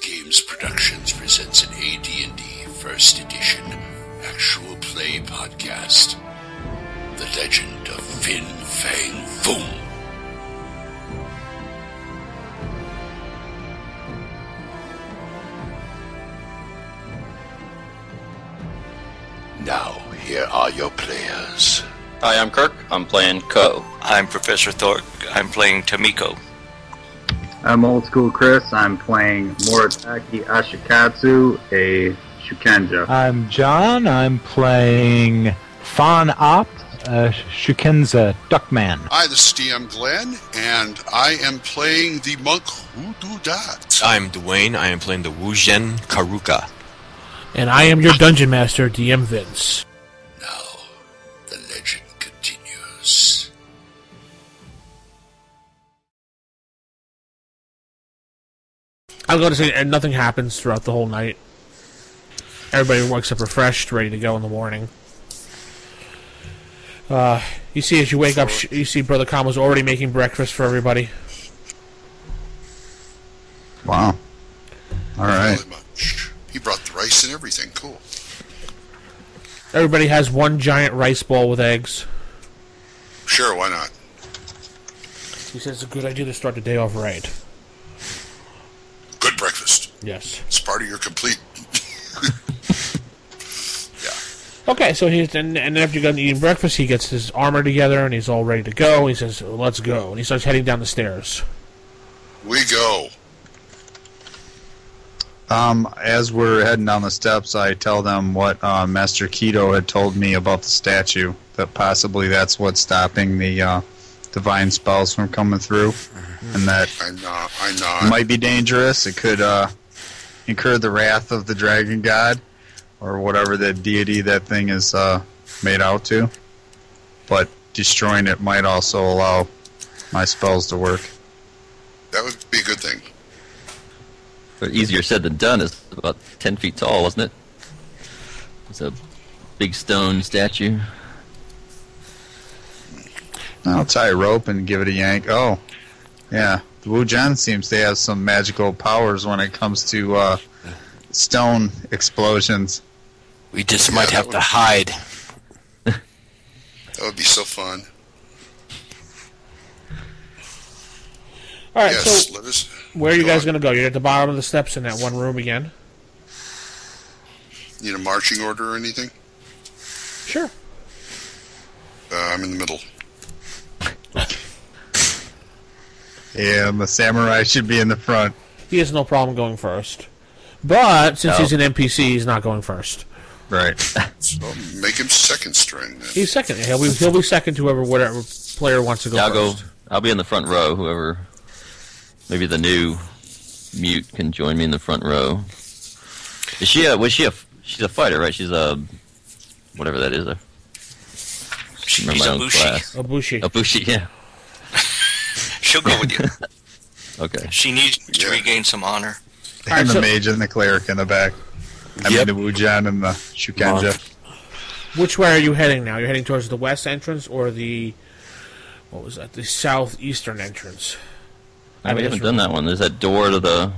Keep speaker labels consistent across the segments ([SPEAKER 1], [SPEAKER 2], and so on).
[SPEAKER 1] Games Productions presents an AD&D First Edition actual play podcast, The Legend of Fin Fang Foom. Now, here are your players.
[SPEAKER 2] Hi, I'm Kirk. I'm playing Ko.
[SPEAKER 3] I'm Professor Thorpe. I'm playing Tamiko.
[SPEAKER 4] I'm old school Chris. I'm playing Moritaki Ashikatsu, a Shukenja.
[SPEAKER 5] I'm John. I'm playing Fan Opt, uh, Shukenza Duckman.
[SPEAKER 6] Hi, this is DM Glenn, and I am playing the monk who do that.
[SPEAKER 7] I'm Dwayne. I am playing the Wu Zhen Karuka.
[SPEAKER 8] And I am your dungeon master, DM Vince.
[SPEAKER 1] Now, the legend continues.
[SPEAKER 8] I'm going to say, and nothing happens throughout the whole night. Everybody wakes up refreshed, ready to go in the morning. Uh, you see, as you wake up, sh- you see Brother Kama's already making breakfast for everybody.
[SPEAKER 4] Wow. All right.
[SPEAKER 6] Really much. He brought the rice and everything. Cool.
[SPEAKER 8] Everybody has one giant rice ball with eggs.
[SPEAKER 6] Sure, why not?
[SPEAKER 8] He says it's a good idea to start the day off right.
[SPEAKER 6] Good breakfast.
[SPEAKER 8] Yes.
[SPEAKER 6] It's part of your complete.
[SPEAKER 8] Okay, so he's and, and after you're done eating breakfast, he gets his armor together and he's all ready to go. He says, "Let's go," and he starts heading down the stairs.
[SPEAKER 6] We go.
[SPEAKER 4] Um, as we're heading down the steps, I tell them what uh, Master Kido had told me about the statue. That possibly that's what's stopping the uh, divine spells from coming through, and that
[SPEAKER 6] I know. I know.
[SPEAKER 4] It might be dangerous. It could uh, incur the wrath of the dragon god or whatever that deity that thing is uh, made out to. But destroying it might also allow my spells to work.
[SPEAKER 6] that would be a good thing.
[SPEAKER 2] But easier said than done. It's about 10 feet tall, isn't it? It's a big stone statue.
[SPEAKER 4] I'll tie a rope and give it a yank. Oh, yeah. The Wu Jen seems to have some magical powers when it comes to uh, stone explosions.
[SPEAKER 3] We just
[SPEAKER 6] Yeah,
[SPEAKER 3] might
[SPEAKER 6] that
[SPEAKER 3] have
[SPEAKER 6] would-
[SPEAKER 3] to hide.
[SPEAKER 6] That would be so fun.
[SPEAKER 8] All right,
[SPEAKER 6] yes,
[SPEAKER 8] so
[SPEAKER 6] let us.
[SPEAKER 8] where are you
[SPEAKER 6] go
[SPEAKER 8] guys
[SPEAKER 6] on.
[SPEAKER 8] going to go? You're at the bottom of the steps in that one room again.
[SPEAKER 6] Need a marching order or anything?
[SPEAKER 8] Sure.
[SPEAKER 6] Uh, I'm in the middle.
[SPEAKER 4] Yeah, the samurai should be in the front.
[SPEAKER 8] He has no problem going first. But since
[SPEAKER 2] No.
[SPEAKER 8] he's an NPC, he's not going first.
[SPEAKER 4] Right.
[SPEAKER 6] So make him second string. Then.
[SPEAKER 8] He's second. He'll be, he'll be second to whoever whatever player wants to go
[SPEAKER 2] Yeah, I'll go.
[SPEAKER 8] first.
[SPEAKER 2] I'll be in the front row. Whoever, maybe the new mute can join me in the front row. Is she a? Was she a? She's a fighter, right? She's a whatever that is. A, remember
[SPEAKER 3] she's
[SPEAKER 2] my
[SPEAKER 3] a
[SPEAKER 2] own
[SPEAKER 3] Bushi.
[SPEAKER 2] class.
[SPEAKER 8] Abushi.
[SPEAKER 2] A bushi, yeah.
[SPEAKER 3] She'll go with you.
[SPEAKER 2] Okay.
[SPEAKER 3] She needs to
[SPEAKER 6] Yeah.
[SPEAKER 3] regain some honor.
[SPEAKER 4] and the
[SPEAKER 8] so-
[SPEAKER 4] mage and the cleric in the back. I mean
[SPEAKER 7] Yep.
[SPEAKER 4] the Wujan and the Shukenja.
[SPEAKER 8] Which way are you heading now? You're heading towards the west entrance or the what was that? The southeastern entrance.
[SPEAKER 2] No, we
[SPEAKER 8] mean,
[SPEAKER 2] haven't
[SPEAKER 8] it's-
[SPEAKER 2] done that one. There's that door to the.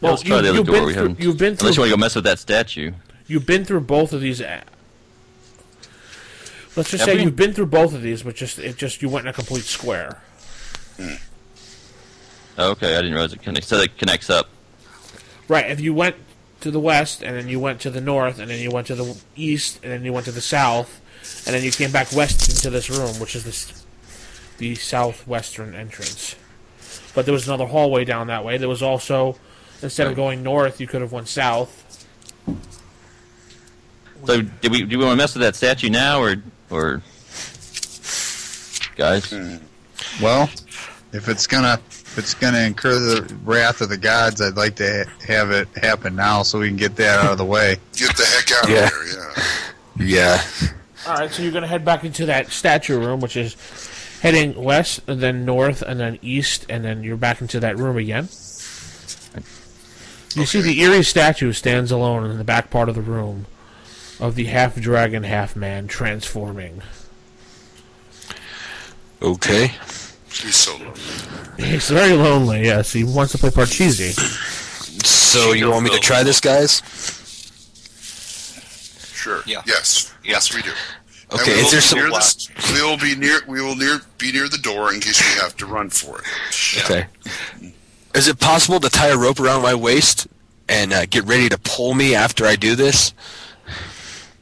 [SPEAKER 8] Well,
[SPEAKER 2] let's try
[SPEAKER 8] you-
[SPEAKER 2] the other
[SPEAKER 8] you've
[SPEAKER 2] door.
[SPEAKER 8] been
[SPEAKER 2] we
[SPEAKER 8] through-
[SPEAKER 2] haven't.
[SPEAKER 8] you've been
[SPEAKER 2] Unless you
[SPEAKER 8] through-
[SPEAKER 2] want to go mess with that statue.
[SPEAKER 8] You've been through both of these. a- Let's just
[SPEAKER 2] Have
[SPEAKER 8] say
[SPEAKER 2] we?
[SPEAKER 8] you've been through both of these, but just it just you went in a complete square.
[SPEAKER 2] Okay, I didn't realize it connects. So it connects up.
[SPEAKER 8] Right. If you went to the west and then you went to the north and then you went to the east and then you went to the south and then you came back west into this room, which is this the southwestern entrance. But there was another hallway down that way. There was also instead of going north, you could have went south.
[SPEAKER 2] So, do we do we want to mess with that statue now, or or guys?
[SPEAKER 4] Well, if it's gonna if it's gonna incur the wrath of the gods, I'd like to ha- have it happen now so we can get that out of the way.
[SPEAKER 6] Get the heck out
[SPEAKER 7] Yeah.
[SPEAKER 6] of there. Yeah.
[SPEAKER 7] Yeah.
[SPEAKER 8] All right, so you're going to head back into that statue room, which is heading west and then north and then east and then you're back into that room again. You see the eerie statue stands alone in the back part of the room of the half dragon, half man transforming.
[SPEAKER 7] Okay.
[SPEAKER 6] He's so lonely.
[SPEAKER 8] He's very lonely, yes. He wants to play Parcheesi.
[SPEAKER 7] So you want me to try this, guys?
[SPEAKER 6] Sure.
[SPEAKER 3] Yeah.
[SPEAKER 6] Yes. Yes, we do. And
[SPEAKER 7] Okay,
[SPEAKER 6] we
[SPEAKER 7] is
[SPEAKER 6] will
[SPEAKER 7] there
[SPEAKER 6] be
[SPEAKER 7] some
[SPEAKER 6] near
[SPEAKER 7] black-
[SPEAKER 6] this- we will be near. We will near be near the door in case we have to run for it.
[SPEAKER 7] Okay. Is it possible to tie a rope around my waist and uh, get ready to pull me after I do this?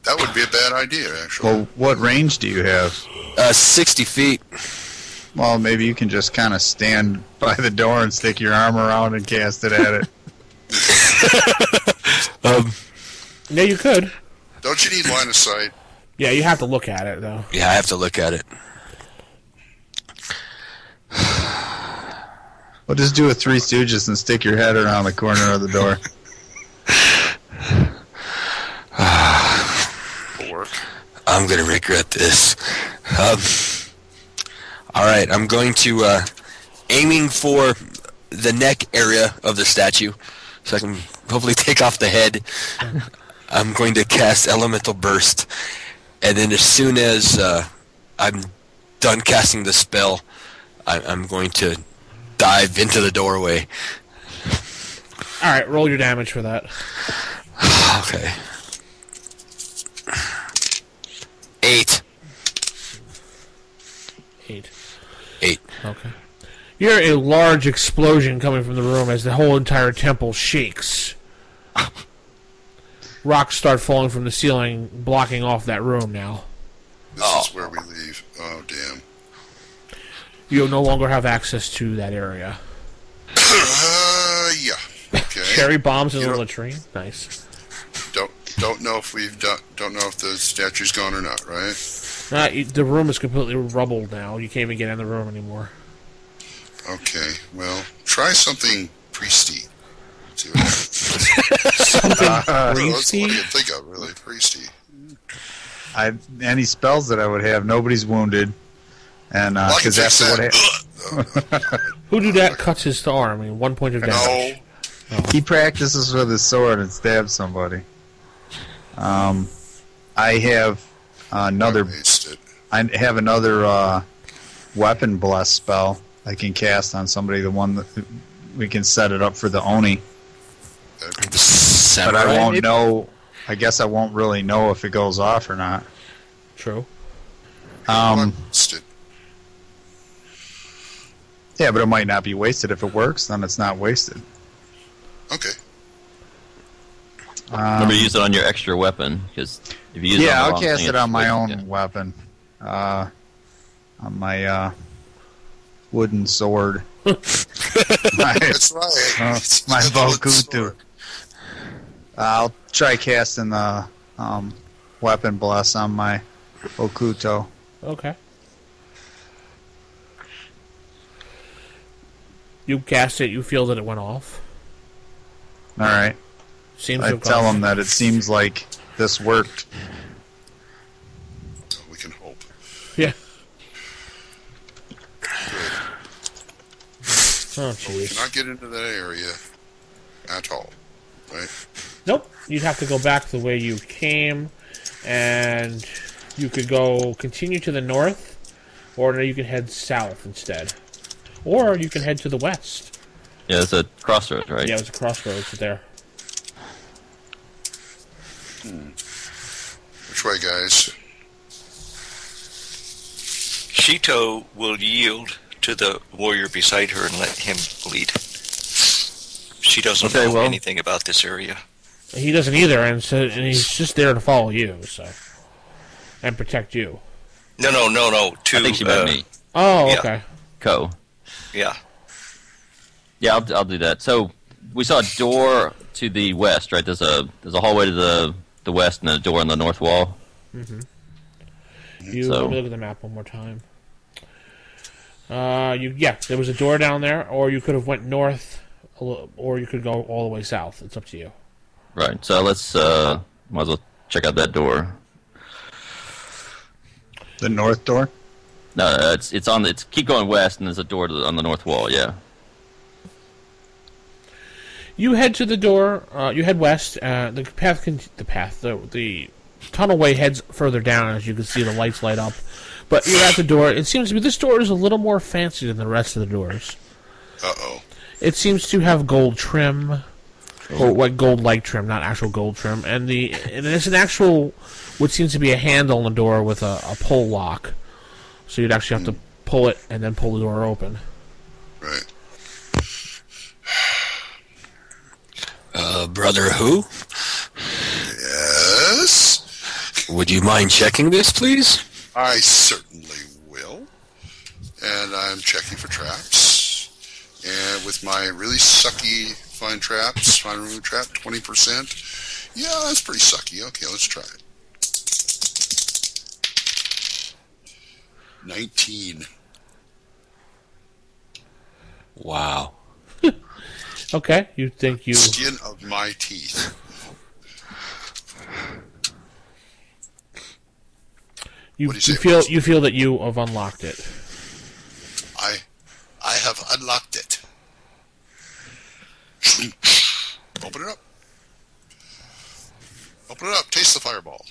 [SPEAKER 6] That would be a bad idea, actually.
[SPEAKER 4] Well, what range do you have?
[SPEAKER 7] Uh, 60 feet.
[SPEAKER 4] Well, maybe you can just kind of stand by the door and stick your arm around and cast it at it.
[SPEAKER 7] Um,
[SPEAKER 8] Yeah, you could.
[SPEAKER 6] Don't you need line of sight?
[SPEAKER 8] Yeah, you have to look at it, though.
[SPEAKER 7] yeah, I have to look at it.
[SPEAKER 4] Well, just do a Three Stooges and stick your head around the corner of the door.
[SPEAKER 6] It'll work.
[SPEAKER 7] I'm gonna regret this. Um, all right, I'm going to uh, aiming for the neck area of the statue, so I can hopefully take off the head. I'm going to cast elemental burst, and then as soon as uh, I'm done casting the spell, I- I'm going to dive into the doorway.
[SPEAKER 8] All right, roll your damage for that.
[SPEAKER 7] Okay. Eight.
[SPEAKER 8] Eight.
[SPEAKER 7] Eight.
[SPEAKER 8] Okay. You hear a large explosion coming from the room as the whole entire temple shakes. Rocks start falling from the ceiling, blocking off that room now.
[SPEAKER 6] This is where we leave. Oh damn.
[SPEAKER 8] You no longer have access to that area.
[SPEAKER 6] Uh, yeah. Okay.
[SPEAKER 8] Cherry bombs in
[SPEAKER 6] You
[SPEAKER 8] the
[SPEAKER 6] know-
[SPEAKER 8] latrine. Nice.
[SPEAKER 6] Don't don't know if we've done. Don't know if the statue's gone or not. Right.
[SPEAKER 8] Uh, you- the room is completely rubble now. You can't even get in the room anymore.
[SPEAKER 6] Okay. Well, try something priesty. See what happens. Well, that's all I
[SPEAKER 8] Priesty?
[SPEAKER 6] can think of really priesty.
[SPEAKER 4] I any spells that I would have, nobody's wounded, and
[SPEAKER 6] Well, I can
[SPEAKER 4] because
[SPEAKER 6] fix
[SPEAKER 4] after Uh, what
[SPEAKER 6] that.
[SPEAKER 4] hap-
[SPEAKER 8] Who do that cuts his arm? I mean, one point of
[SPEAKER 6] no.
[SPEAKER 8] damage.
[SPEAKER 4] he practices with his sword and stabs somebody. Um, I have
[SPEAKER 6] I
[SPEAKER 4] another.
[SPEAKER 6] wasted it.
[SPEAKER 4] I have another uh, weapon bless spell I can cast on somebody. The one that we can set it up for the oni.
[SPEAKER 6] That'd be-
[SPEAKER 4] but
[SPEAKER 7] Samurai.
[SPEAKER 4] I won't
[SPEAKER 7] maybe?
[SPEAKER 4] know. I guess I won't really know if it goes off or not.
[SPEAKER 8] True.
[SPEAKER 4] Um,
[SPEAKER 6] I wasted it.
[SPEAKER 4] yeah, but it might not be wasted. If it works, then it's not wasted.
[SPEAKER 6] Okay.
[SPEAKER 4] Um,
[SPEAKER 2] Remember, to use it on your extra weapon because if you use it on
[SPEAKER 4] yeah,
[SPEAKER 2] the
[SPEAKER 4] I'll
[SPEAKER 2] wrong
[SPEAKER 4] cast
[SPEAKER 2] thing,
[SPEAKER 4] it
[SPEAKER 2] it's-
[SPEAKER 4] on my own
[SPEAKER 2] yeah.
[SPEAKER 4] weapon, uh, on my uh, wooden sword. my
[SPEAKER 6] That's right.
[SPEAKER 4] uh,
[SPEAKER 6] It's
[SPEAKER 4] my
[SPEAKER 6] got the wooden
[SPEAKER 4] Bokutu.
[SPEAKER 6] sword.
[SPEAKER 4] I'll try casting the um, weapon bless on my Okuto.
[SPEAKER 8] Okay. You cast it. You feel that it went off.
[SPEAKER 4] All right.
[SPEAKER 8] Seems to
[SPEAKER 4] I
[SPEAKER 8] have gone
[SPEAKER 4] tell
[SPEAKER 8] off.
[SPEAKER 4] him that it seems like this worked.
[SPEAKER 6] We can hope.
[SPEAKER 8] Yeah. Oh jeez.
[SPEAKER 6] Cannot get into that area at all. Right?
[SPEAKER 8] Nope. You'd have to go back the way you came, and you could go continue to the north, or you can head south instead, or you can head to the west.
[SPEAKER 2] Yeah, it's a crossroads, right?
[SPEAKER 8] Yeah, it was a crossroads there.
[SPEAKER 6] Which way, guys?
[SPEAKER 3] Shito will yield to the warrior beside her and let him lead. She doesn't
[SPEAKER 2] Okay,
[SPEAKER 3] know
[SPEAKER 2] well-
[SPEAKER 3] anything about this area.
[SPEAKER 8] He doesn't either, and so and he's just there to follow you, so and protect you.
[SPEAKER 3] No, no, no, no. To
[SPEAKER 2] I think she meant
[SPEAKER 3] uh,
[SPEAKER 2] me.
[SPEAKER 8] Oh,
[SPEAKER 3] Yeah.
[SPEAKER 8] okay.
[SPEAKER 2] Co.
[SPEAKER 3] Yeah,
[SPEAKER 2] Yeah, I'll, I'll do that. So we saw a door to the west, right? There's a there's a hallway to the the west and a door on the north wall.
[SPEAKER 8] You
[SPEAKER 2] So-
[SPEAKER 8] let me look at the map one more time. Uh, you yeah, there was a door down there, or you could have went north, a li- or you could go all the way south. It's up to you.
[SPEAKER 2] Right. So let's uh, might as well check out that door.
[SPEAKER 4] The north door.
[SPEAKER 2] No, uh, it's it's on. the- It's keep going west, and there's a door to the, on the north wall. Yeah.
[SPEAKER 8] You head to the door. Uh, you head west. Uh, the path, con- the path, the the tunnelway heads further down as you can see the lights light up. But you're at the door. It seems to be this door is a little more fancy than the rest of the doors.
[SPEAKER 6] Uh oh.
[SPEAKER 8] It seems to have gold trim, or what gold-like trim, not actual gold trim, and the and it's an actual what seems to be a handle on the door with a, a pull lock. So you'd actually have to pull it and then pull the door open.
[SPEAKER 6] Right.
[SPEAKER 7] Uh, brother who?
[SPEAKER 6] Yes.
[SPEAKER 7] Would you mind checking this, please?
[SPEAKER 6] I certainly will. And I'm checking for traps. And with my really sucky find traps, find remove trap, 20%. Yeah, that's pretty sucky. Okay, let's try it. 19.
[SPEAKER 7] Wow.
[SPEAKER 8] Okay, you think you
[SPEAKER 6] Skin of my teeth.
[SPEAKER 8] you,
[SPEAKER 6] What
[SPEAKER 8] you
[SPEAKER 6] do you say,
[SPEAKER 8] feel
[SPEAKER 6] Ross?
[SPEAKER 8] you feel that you have unlocked it.
[SPEAKER 6] I I have unlocked it. Open it up. Open it up. Taste the fireball.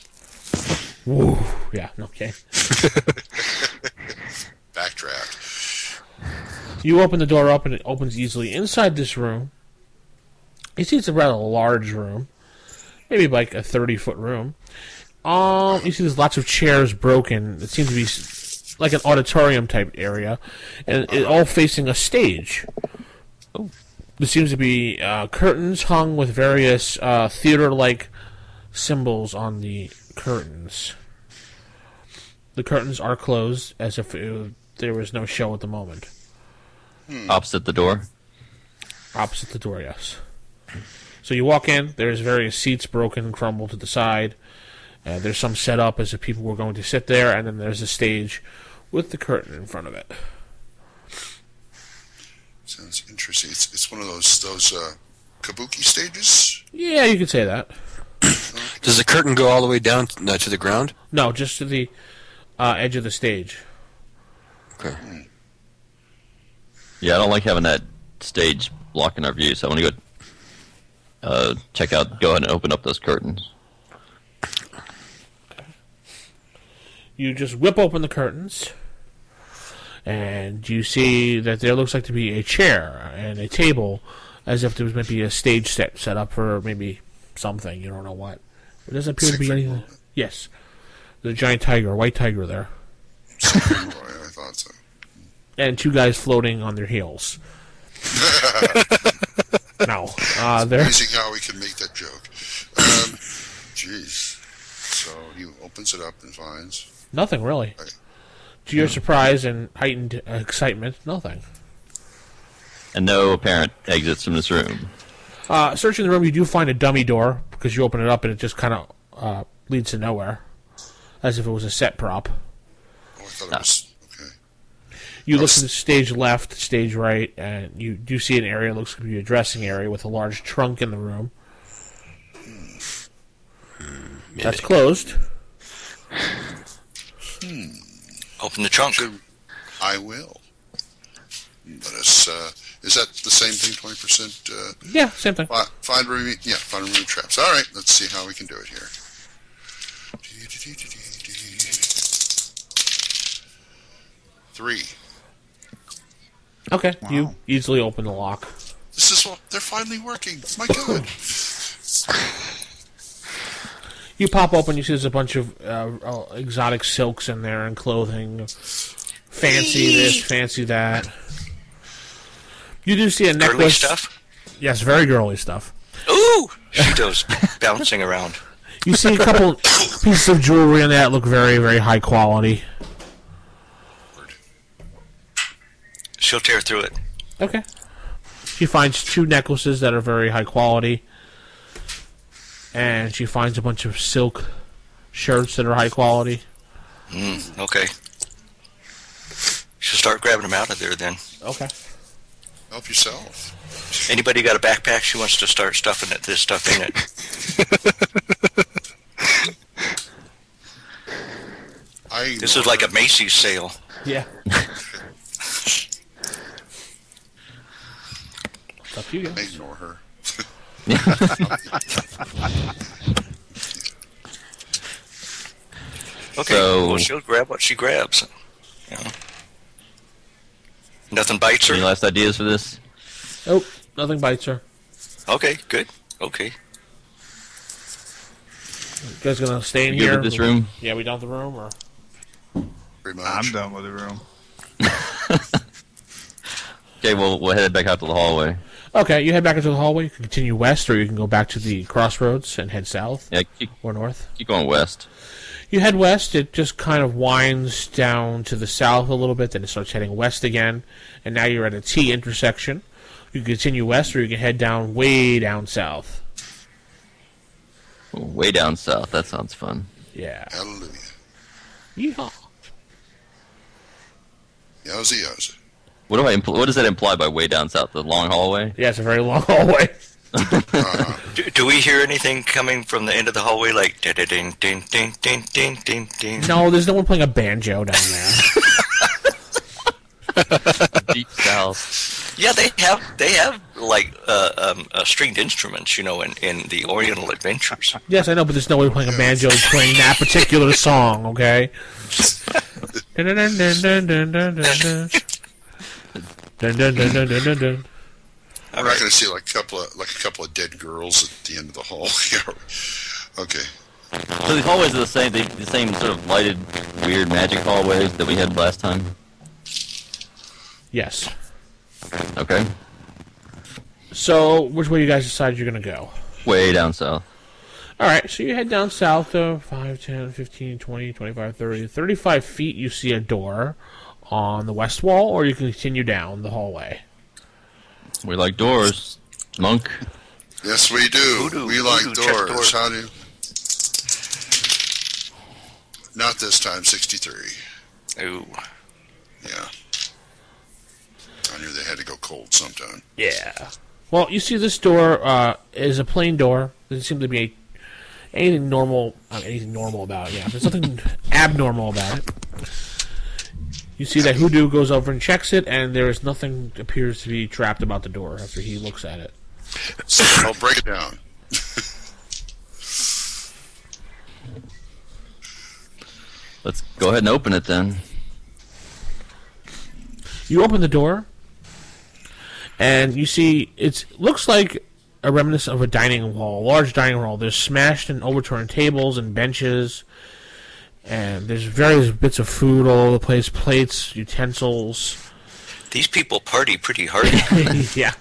[SPEAKER 8] Woo. Yeah. Okay.
[SPEAKER 6] Backdraft.
[SPEAKER 8] You open the door up and it opens easily. Inside this room, you see it's a rather large room, maybe like a thirty-foot room. Um, you see there's lots of chairs broken. It seems to be s- like an auditorium type area, and it all facing a stage. Oh, There seems to be uh, curtains hung with various uh, theater-like symbols on the curtains. The curtains are closed as if it, there was no show at the moment.
[SPEAKER 2] Opposite the door.
[SPEAKER 8] Opposite the door, yes. So you walk in. There's various seats broken, crumbled to the side. Uh, there's some set up as if people were going to sit there, and then there's a stage with the curtain in front of it.
[SPEAKER 6] Sounds interesting. It's, it's one of those those uh, kabuki stages.
[SPEAKER 8] Yeah, you could say that.
[SPEAKER 7] Does the curtain go all the way down uh, to the ground?
[SPEAKER 8] No, just to the uh, edge of the stage.
[SPEAKER 7] Okay.
[SPEAKER 2] Yeah, I don't like having that stage blocking our view, so I want to go uh, check out. Go ahead and open up those curtains.
[SPEAKER 8] You just whip open the curtains, and you see that there looks like to be a chair and a table, as if there was maybe a stage set set up for maybe something. You don't know what. It doesn't appear to be anything. Yes, there's a giant tiger, a white tiger there,
[SPEAKER 6] Roy, Oh, I thought so.
[SPEAKER 8] and two guys floating on their heels. no, uh, there.
[SPEAKER 6] Amazing how we can make that joke. Um, Jeez. So he opens it up and finds.
[SPEAKER 8] Nothing really. To your surprise and heightened excitement, nothing.
[SPEAKER 2] And no apparent exits from this room.
[SPEAKER 8] Uh, searching the room, you do find a dummy door because you open it up and it just kind of uh, leads to nowhere, as if it was a set prop.
[SPEAKER 6] Oh, I thought it was okay.
[SPEAKER 8] You look to the stage left, stage right, and you do see an area that looks to be a dressing area with a large trunk in the room. That's closed.
[SPEAKER 3] Open the trunk.
[SPEAKER 6] I will. Let us. Uh, is that the same thing? Twenty percent. Uh,
[SPEAKER 8] Yeah, same thing.
[SPEAKER 6] Fi- Find remove, yeah, find remove traps. All right, let's see how we can do it here. Three.
[SPEAKER 8] Okay, you easily open the lock.
[SPEAKER 6] This is what they're finally working. My God.
[SPEAKER 8] You pop open, you see there's a bunch of uh, uh, exotic silks in there and clothing. Fancy this, fancy that. You do see a necklace.
[SPEAKER 3] Girly stuff.
[SPEAKER 8] Yes, very girly stuff.
[SPEAKER 3] Ooh, she does bouncing around.
[SPEAKER 8] You see a couple pieces of jewelry in that look very, very high quality.
[SPEAKER 3] She'll tear through it.
[SPEAKER 8] Okay. She finds two necklaces that are very high quality. And she finds a bunch of silk shirts that are high quality.
[SPEAKER 3] Okay. She'll start grabbing them out of there then.
[SPEAKER 8] Okay.
[SPEAKER 6] Help yourself.
[SPEAKER 3] Anybody got a backpack? She wants to start stuffing it. This stuff in it.
[SPEAKER 6] I
[SPEAKER 3] This is like a Macy's sale.
[SPEAKER 8] Yeah. it's up to you
[SPEAKER 6] I
[SPEAKER 8] guys.
[SPEAKER 6] ignore her.
[SPEAKER 3] Okay.
[SPEAKER 2] So-
[SPEAKER 3] Well, she'll grab what she grabs. You know. Nothing bites
[SPEAKER 2] Any
[SPEAKER 3] her.
[SPEAKER 2] last ideas for this?
[SPEAKER 8] Nope, Oh, nothing bites her.
[SPEAKER 3] Okay. Good. Okay.
[SPEAKER 8] You guys gonna stay in
[SPEAKER 2] You good
[SPEAKER 8] here?
[SPEAKER 2] with this room?
[SPEAKER 8] Yeah, we don't the room, or
[SPEAKER 6] Pretty much.
[SPEAKER 4] I'm done with the room.
[SPEAKER 2] Okay, well we'll head back out to the hallway.
[SPEAKER 8] okay, you head back into the hallway. You can continue west, or you can go back to the crossroads and head south
[SPEAKER 2] Yeah, keep,
[SPEAKER 8] or north.
[SPEAKER 2] keep going west.
[SPEAKER 8] You head west. It just kind of winds down to the south a little bit, then it starts heading west again, and now you're at a T intersection. You can continue west, or you can head down way down south.
[SPEAKER 2] Way down south. That sounds fun.
[SPEAKER 8] Yeah.
[SPEAKER 6] Hallelujah.
[SPEAKER 8] Yeehaw.
[SPEAKER 6] Yowza, yowza.
[SPEAKER 2] What do I impl- what does that imply by way down south? The long hallway?
[SPEAKER 8] Yeah, it's a very long hallway.
[SPEAKER 3] Do, do we hear anything coming from the end of the hallway? Like da da ding ding ding ding ding ding ding.
[SPEAKER 8] No, there's no one playing a banjo down there.
[SPEAKER 2] Deep south.
[SPEAKER 3] Yeah, they have they have like uh, um, uh, stringed instruments, you know, in, in the Oriental Adventures.
[SPEAKER 8] Yes, I know, but there's no way playing a banjo is playing that particular song, okay? Dun dun dun dun dun dun dun dun. Dun dun dun dun dun dun dun.
[SPEAKER 6] I'm not going to see like a couple of like a couple of dead girls at the end of the hall. Yeah. okay.
[SPEAKER 2] So these hallways are the same. They, the same sort of lighted, weird magic hallways that we had last time.
[SPEAKER 8] Yes.
[SPEAKER 2] Okay,
[SPEAKER 8] So, which way you guys decide you're going to go?
[SPEAKER 2] way down south.
[SPEAKER 8] All right, so you head down south uh 5, 10, 15, 20, 25, 30. 35 feet, you see a door on the west wall, or you can continue down the hallway.
[SPEAKER 2] We like doors, monk.
[SPEAKER 6] Yes, we do.
[SPEAKER 3] Voodoo,
[SPEAKER 6] we like
[SPEAKER 3] voodoo, check
[SPEAKER 6] doors.
[SPEAKER 3] doors.
[SPEAKER 6] How do? you- Not this time. Sixty-three.
[SPEAKER 3] Ooh.
[SPEAKER 6] Yeah. I knew they had to go cold sometime.
[SPEAKER 8] Yeah. Well, you see, this door uh, is a plain door. Doesn't seem to be a, anything normal. Uh, anything normal about it? Yeah, there's nothing abnormal about it. You see that Hoodoo goes over and checks it, and there is nothing appears to be trapped about the door after he looks at it.
[SPEAKER 6] So I'll break it down.
[SPEAKER 2] Let's go ahead and open it then.
[SPEAKER 8] You open the door, and you see it looks like a reminiscent of a dining hall, a large dining hall. There's smashed and overturned tables and benches, and there's various bits of food all over the place, plates, utensils.
[SPEAKER 3] These people party pretty hard.
[SPEAKER 8] yeah.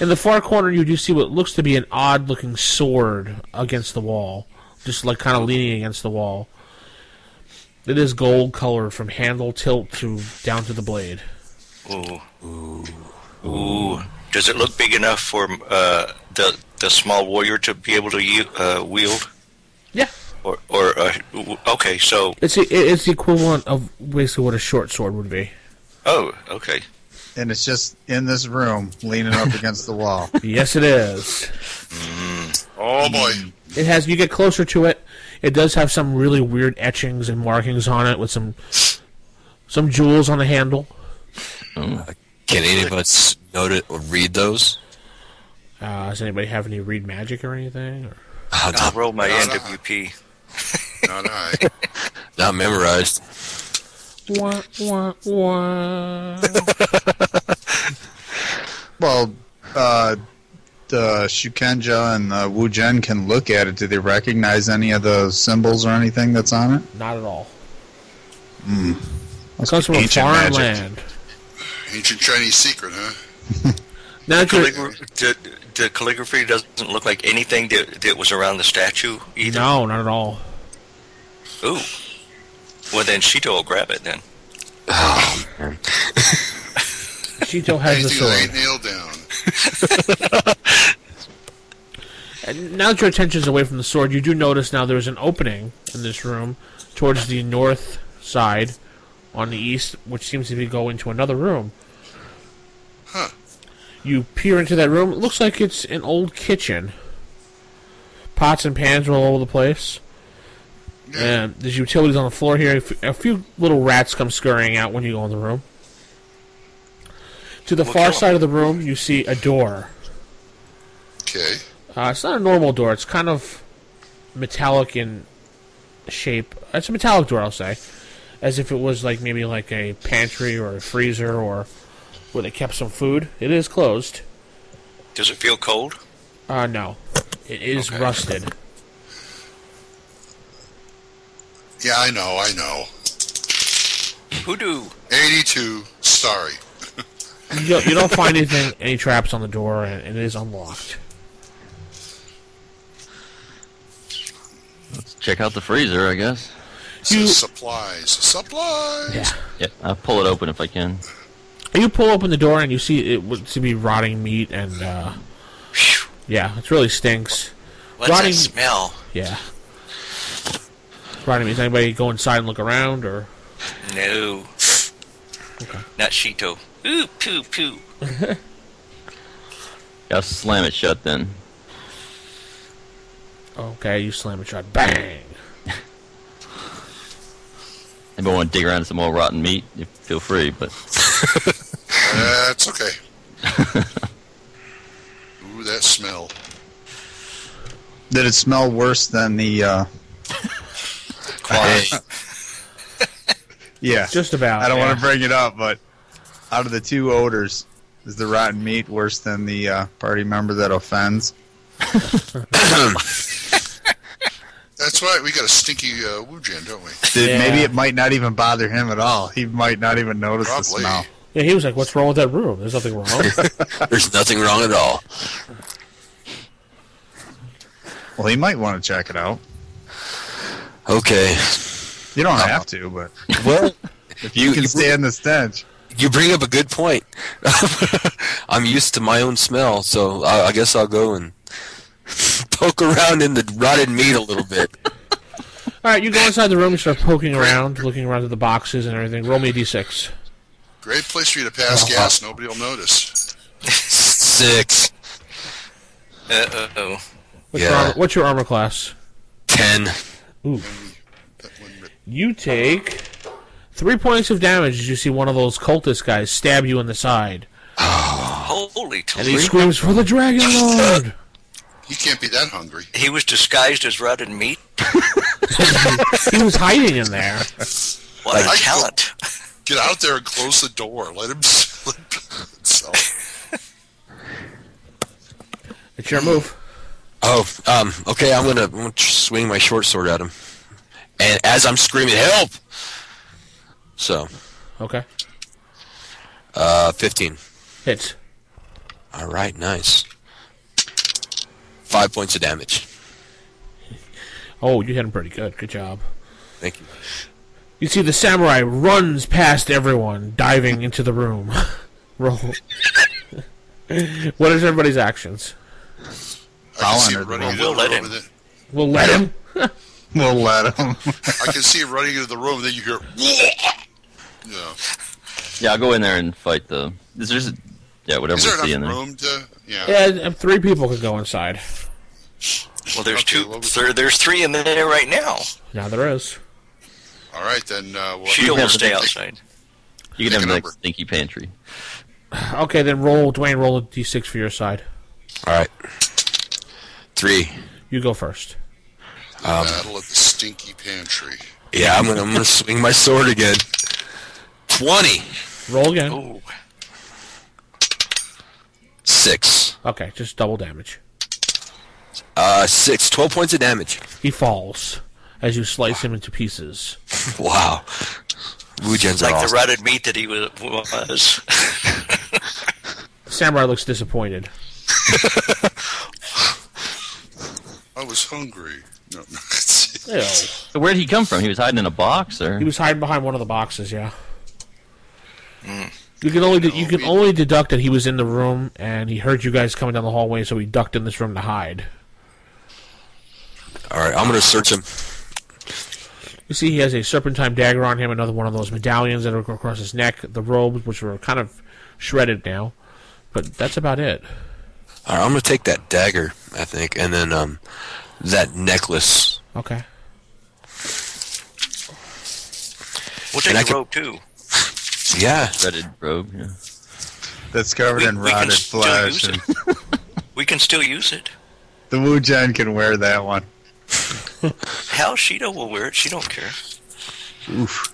[SPEAKER 8] In the far corner, you do see what looks to be an odd-looking sword against the wall, just like kind of leaning against the wall. It is gold color from handle tilt to down to the blade.
[SPEAKER 3] Ooh. Ooh. Ooh. Does it look big enough for uh, the the small warrior to be able to u- uh, wield?
[SPEAKER 8] Yeah,
[SPEAKER 3] Or, or uh, w- okay, so
[SPEAKER 8] It's the, it's the equivalent of basically what a short sword would be.
[SPEAKER 3] oh, okay.
[SPEAKER 4] And it's just in this room, leaning up against the wall.
[SPEAKER 8] Yes, it is.
[SPEAKER 6] Oh boy.
[SPEAKER 8] It has. You get closer to it. It does have some really weird etchings and markings on it with some some jewels on the handle.
[SPEAKER 7] Can any of us note it or read those?
[SPEAKER 8] Uh, does anybody have any read magic or anything? Or?
[SPEAKER 7] Ah,
[SPEAKER 3] I'll
[SPEAKER 7] not,
[SPEAKER 3] roll my
[SPEAKER 6] No, no.
[SPEAKER 3] NWP.
[SPEAKER 6] Not I.
[SPEAKER 7] not memorized.
[SPEAKER 8] Wah, wah, wah.
[SPEAKER 4] Well, uh, the Shukenja and the Wujen can look at it. Do they recognize any of the symbols or anything that's on it?
[SPEAKER 8] Not at all.
[SPEAKER 4] Must be
[SPEAKER 8] comes from a
[SPEAKER 4] ancient
[SPEAKER 8] foreign
[SPEAKER 4] magic.
[SPEAKER 8] land.
[SPEAKER 6] Ancient Chinese secret, huh?
[SPEAKER 8] Now that you're,
[SPEAKER 3] Calligra- the, the calligraphy doesn't look like anything that, that was around the statue either.
[SPEAKER 8] no, not at all.
[SPEAKER 3] Ooh. Well, then Shito will grab it then.
[SPEAKER 8] Shito has the
[SPEAKER 6] Anything that ain't
[SPEAKER 8] sword.
[SPEAKER 6] nailed down.
[SPEAKER 8] And now that your attention's away from the sword, you do notice now there is an opening in this room towards the north side on the east, which seems to be going to another room.
[SPEAKER 6] Huh.
[SPEAKER 8] You peer into that room. It looks like it's an old kitchen. Pots and pans are all over the place. And there's utilities on the floor here. A f- A few little rats come scurrying out when you go in the room. To the
[SPEAKER 3] Well,
[SPEAKER 8] far
[SPEAKER 3] kill 'em.
[SPEAKER 8] side of the room, you see a door.
[SPEAKER 6] Okay.
[SPEAKER 8] Uh, it's not a normal door. It's kind of metallic in shape. It's a metallic door, I'll say, as if it was like maybe like a pantry or a freezer or where they kept some food. It is closed.
[SPEAKER 3] Does it feel cold?
[SPEAKER 8] Uh, no, it is
[SPEAKER 3] Okay.
[SPEAKER 8] rusted.
[SPEAKER 6] Yeah, I know, I know.
[SPEAKER 3] Hoodoo.
[SPEAKER 6] 82, sorry.
[SPEAKER 8] You don't, you don't find anything, any traps on the door, and it is unlocked.
[SPEAKER 2] Let's check out the freezer, I guess.
[SPEAKER 6] So
[SPEAKER 8] You-
[SPEAKER 6] supplies, supplies.
[SPEAKER 8] Yeah.
[SPEAKER 2] Yeah, I'll pull it open if I can.
[SPEAKER 8] You pull open the door and you see it would to be rotting meat and uh, yeah, it really stinks.
[SPEAKER 3] What's
[SPEAKER 8] Ronnie-
[SPEAKER 3] that smell?
[SPEAKER 8] Yeah, rotting meat. Does anybody go inside and look around or?
[SPEAKER 3] No. Not Shito. Ooh, poo, poo.
[SPEAKER 2] I'll slam it shut then.
[SPEAKER 8] Okay, you slam it shut. Bang.
[SPEAKER 2] If I want to dig around some more rotten meat, you feel free, but
[SPEAKER 6] That's okay. Ooh, that smell.
[SPEAKER 4] Did it smell worse than the? Uh,
[SPEAKER 7] Hey,
[SPEAKER 4] yeah.
[SPEAKER 8] Just about.
[SPEAKER 4] I don't
[SPEAKER 8] yeah.
[SPEAKER 4] want to bring it up, but out of the two odors, is the rotten meat worse than the uh, party member that offends?
[SPEAKER 6] That's right, we got a stinky uh, Wujin, don't we?
[SPEAKER 4] Dude,
[SPEAKER 8] Yeah.
[SPEAKER 4] Maybe it might not even bother him at all. He might not even notice the
[SPEAKER 6] Probably.
[SPEAKER 4] smell.
[SPEAKER 8] Yeah, he was like, "What's wrong with that room? There's nothing wrong."
[SPEAKER 7] there's nothing wrong at all.
[SPEAKER 4] Well, he might want to check it out.
[SPEAKER 7] Okay.
[SPEAKER 4] You don't have to, but
[SPEAKER 7] Well,
[SPEAKER 4] if you,
[SPEAKER 7] You-
[SPEAKER 4] can
[SPEAKER 7] you-
[SPEAKER 4] stand the stench.
[SPEAKER 7] you bring up a good point. I'm used to my own smell, so I, I guess I'll go and poke around in the rotted meat a little bit.
[SPEAKER 8] All right, you go inside the room, you start poking around, looking around at the boxes and everything. Roll me a d6.
[SPEAKER 6] Great place for you to pass gas, nobody will notice.
[SPEAKER 7] Six,
[SPEAKER 3] Uh oh.
[SPEAKER 8] What's, your
[SPEAKER 7] Yeah.
[SPEAKER 8] armor, what's your armor class?
[SPEAKER 7] ten.
[SPEAKER 6] That one rip-
[SPEAKER 8] You take three points of damage as you see one of those cultist guys stab you in the side,
[SPEAKER 3] Holy
[SPEAKER 8] and he
[SPEAKER 3] toledo.
[SPEAKER 8] screams for the Dragon Lord.
[SPEAKER 6] He can't be that hungry.
[SPEAKER 3] He was disguised as rotted meat.
[SPEAKER 8] he was hiding in there.
[SPEAKER 3] What a
[SPEAKER 6] Like-
[SPEAKER 3] talent.
[SPEAKER 6] Get out there and close the door. Let him slip himself.
[SPEAKER 8] It's your move.
[SPEAKER 7] Oh, um, okay. I'm gonna, I'm gonna tr- swing my short sword at him, and as I'm screaming, "Help!" So,
[SPEAKER 8] Okay,
[SPEAKER 7] uh, fifteen.
[SPEAKER 8] hits.
[SPEAKER 7] All right, nice. Five points of damage.
[SPEAKER 8] Oh, you hit him pretty good. Good job.
[SPEAKER 7] Thank you.
[SPEAKER 8] You see the samurai runs past everyone, diving into the room. Roll. what is everybody's actions?
[SPEAKER 6] I can see
[SPEAKER 4] under
[SPEAKER 6] him
[SPEAKER 4] the
[SPEAKER 6] running
[SPEAKER 4] wall.
[SPEAKER 6] into
[SPEAKER 3] We'll
[SPEAKER 6] the
[SPEAKER 3] let
[SPEAKER 6] room.
[SPEAKER 3] him.
[SPEAKER 6] and then-
[SPEAKER 8] We'll let him.
[SPEAKER 4] We'll let him.
[SPEAKER 6] I can see him running into the room, and then you hear. Yeah.
[SPEAKER 2] yeah, I'll go in there and fight the. Is there, yeah, whatever
[SPEAKER 6] Is there
[SPEAKER 2] we see in
[SPEAKER 6] enough
[SPEAKER 2] there.
[SPEAKER 6] room to? Yeah.
[SPEAKER 8] Yeah, and three people could go inside.
[SPEAKER 3] Well, there's
[SPEAKER 6] Okay,
[SPEAKER 3] two.
[SPEAKER 6] what was-
[SPEAKER 3] there, there's three in there right now.
[SPEAKER 8] Now there is.
[SPEAKER 6] All right, then. Uh, we'll
[SPEAKER 3] Shito will
[SPEAKER 2] have
[SPEAKER 3] stay
[SPEAKER 2] to-
[SPEAKER 3] outside.
[SPEAKER 2] You
[SPEAKER 6] Pick
[SPEAKER 2] can
[SPEAKER 6] a
[SPEAKER 2] have like
[SPEAKER 6] number.
[SPEAKER 2] stinky pantry.
[SPEAKER 8] Okay, then roll, Dwayne, roll a d6 for your side.
[SPEAKER 7] All right. Three.
[SPEAKER 8] You go first.
[SPEAKER 6] battle of the stinky pantry.
[SPEAKER 7] Yeah, I'm gonna, I'm gonna swing my sword again. Twenty.
[SPEAKER 8] Roll again.
[SPEAKER 3] Oh,
[SPEAKER 7] Six.
[SPEAKER 8] Okay, just double damage.
[SPEAKER 7] Uh, six. Twelve points of damage.
[SPEAKER 8] He falls as you slice him into pieces.
[SPEAKER 7] Wow. Wujian's
[SPEAKER 3] like
[SPEAKER 7] are
[SPEAKER 3] the
[SPEAKER 7] awesome.
[SPEAKER 3] rotted meat that he was. was.
[SPEAKER 8] Samurai looks disappointed.
[SPEAKER 6] I was hungry. No, no.
[SPEAKER 8] Ew.
[SPEAKER 2] So where'd he come from? He was hiding in a box, or
[SPEAKER 8] He was hiding behind one of the boxes. Yeah.
[SPEAKER 4] Mm.
[SPEAKER 8] You can only de- you can only deduct that he was in the room and he heard you guys coming down the hallway, so he ducked in this room to hide.
[SPEAKER 7] All right, I'm gonna search him.
[SPEAKER 8] You see, he has a serpentine dagger on him, another one of those medallions that are across his neck, the robes which were kind of shredded now, but that's about it.
[SPEAKER 7] All right, I'm gonna take that dagger, I think, and then um, that necklace.
[SPEAKER 8] Okay.
[SPEAKER 3] We'll take
[SPEAKER 7] And I
[SPEAKER 3] the
[SPEAKER 7] could-
[SPEAKER 3] rope too.
[SPEAKER 7] Yeah,
[SPEAKER 2] shredded robe. Yeah.
[SPEAKER 4] That's covered
[SPEAKER 3] We-
[SPEAKER 4] in
[SPEAKER 3] we can
[SPEAKER 4] rotted
[SPEAKER 3] still
[SPEAKER 4] flesh.
[SPEAKER 3] use it.
[SPEAKER 4] And
[SPEAKER 3] We can still use it.
[SPEAKER 4] the Wu Jen can wear that one.
[SPEAKER 3] Hell, Sheeta will wear it. She don't care.
[SPEAKER 4] Oof.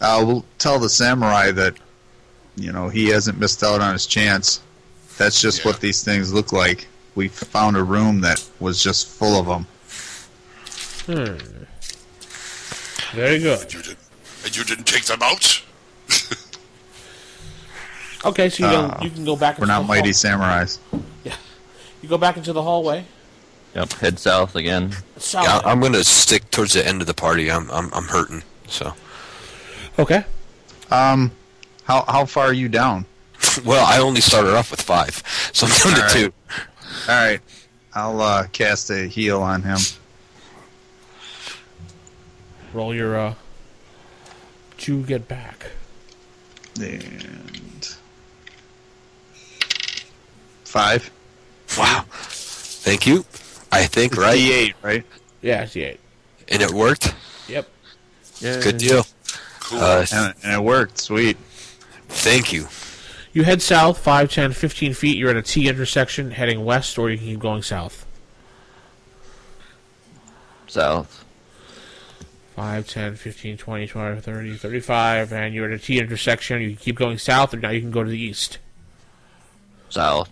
[SPEAKER 4] I will tell the samurai that, you know, he hasn't missed out on his chance. That's just
[SPEAKER 6] Yeah.
[SPEAKER 4] what these things look like. We found a room that was just full of them.
[SPEAKER 8] Very good.
[SPEAKER 6] You did, and you didn't take them out?
[SPEAKER 8] Okay, so you, go, you can go back.
[SPEAKER 4] We're
[SPEAKER 8] into
[SPEAKER 4] not
[SPEAKER 8] the
[SPEAKER 4] mighty
[SPEAKER 8] Hall.
[SPEAKER 4] samurais.
[SPEAKER 8] You go back into the hallway.
[SPEAKER 2] Yep, head south again.
[SPEAKER 8] South.
[SPEAKER 7] Yeah,
[SPEAKER 4] Oh. uh,
[SPEAKER 7] I'm gonna stick towards the end of the party. I'm I'm I'm hurting. So
[SPEAKER 8] okay.
[SPEAKER 4] Um, how how far are you down?
[SPEAKER 7] well, I only started off with five, so I'm down
[SPEAKER 4] All right.
[SPEAKER 7] to two.
[SPEAKER 4] All right, I'll uh, cast a heal on him.
[SPEAKER 8] Roll your uh, to get back.
[SPEAKER 4] And five.
[SPEAKER 7] Wow. Thank you. I think right,
[SPEAKER 4] D8, right?
[SPEAKER 8] Yeah, it's the eight.
[SPEAKER 7] and it worked.
[SPEAKER 8] Yep.
[SPEAKER 7] Good deal.
[SPEAKER 6] Cool.
[SPEAKER 7] Uh,
[SPEAKER 4] And, and it worked. Sweet.
[SPEAKER 7] thank you.
[SPEAKER 8] You head south 5, 10, 15 feet. You're at a T intersection heading west, or you can keep going south.
[SPEAKER 2] South.
[SPEAKER 8] 5, 10, 15, 20, 20, 30, 35, and you're at a T intersection. You can keep going south, or now you can go to the east.
[SPEAKER 2] South.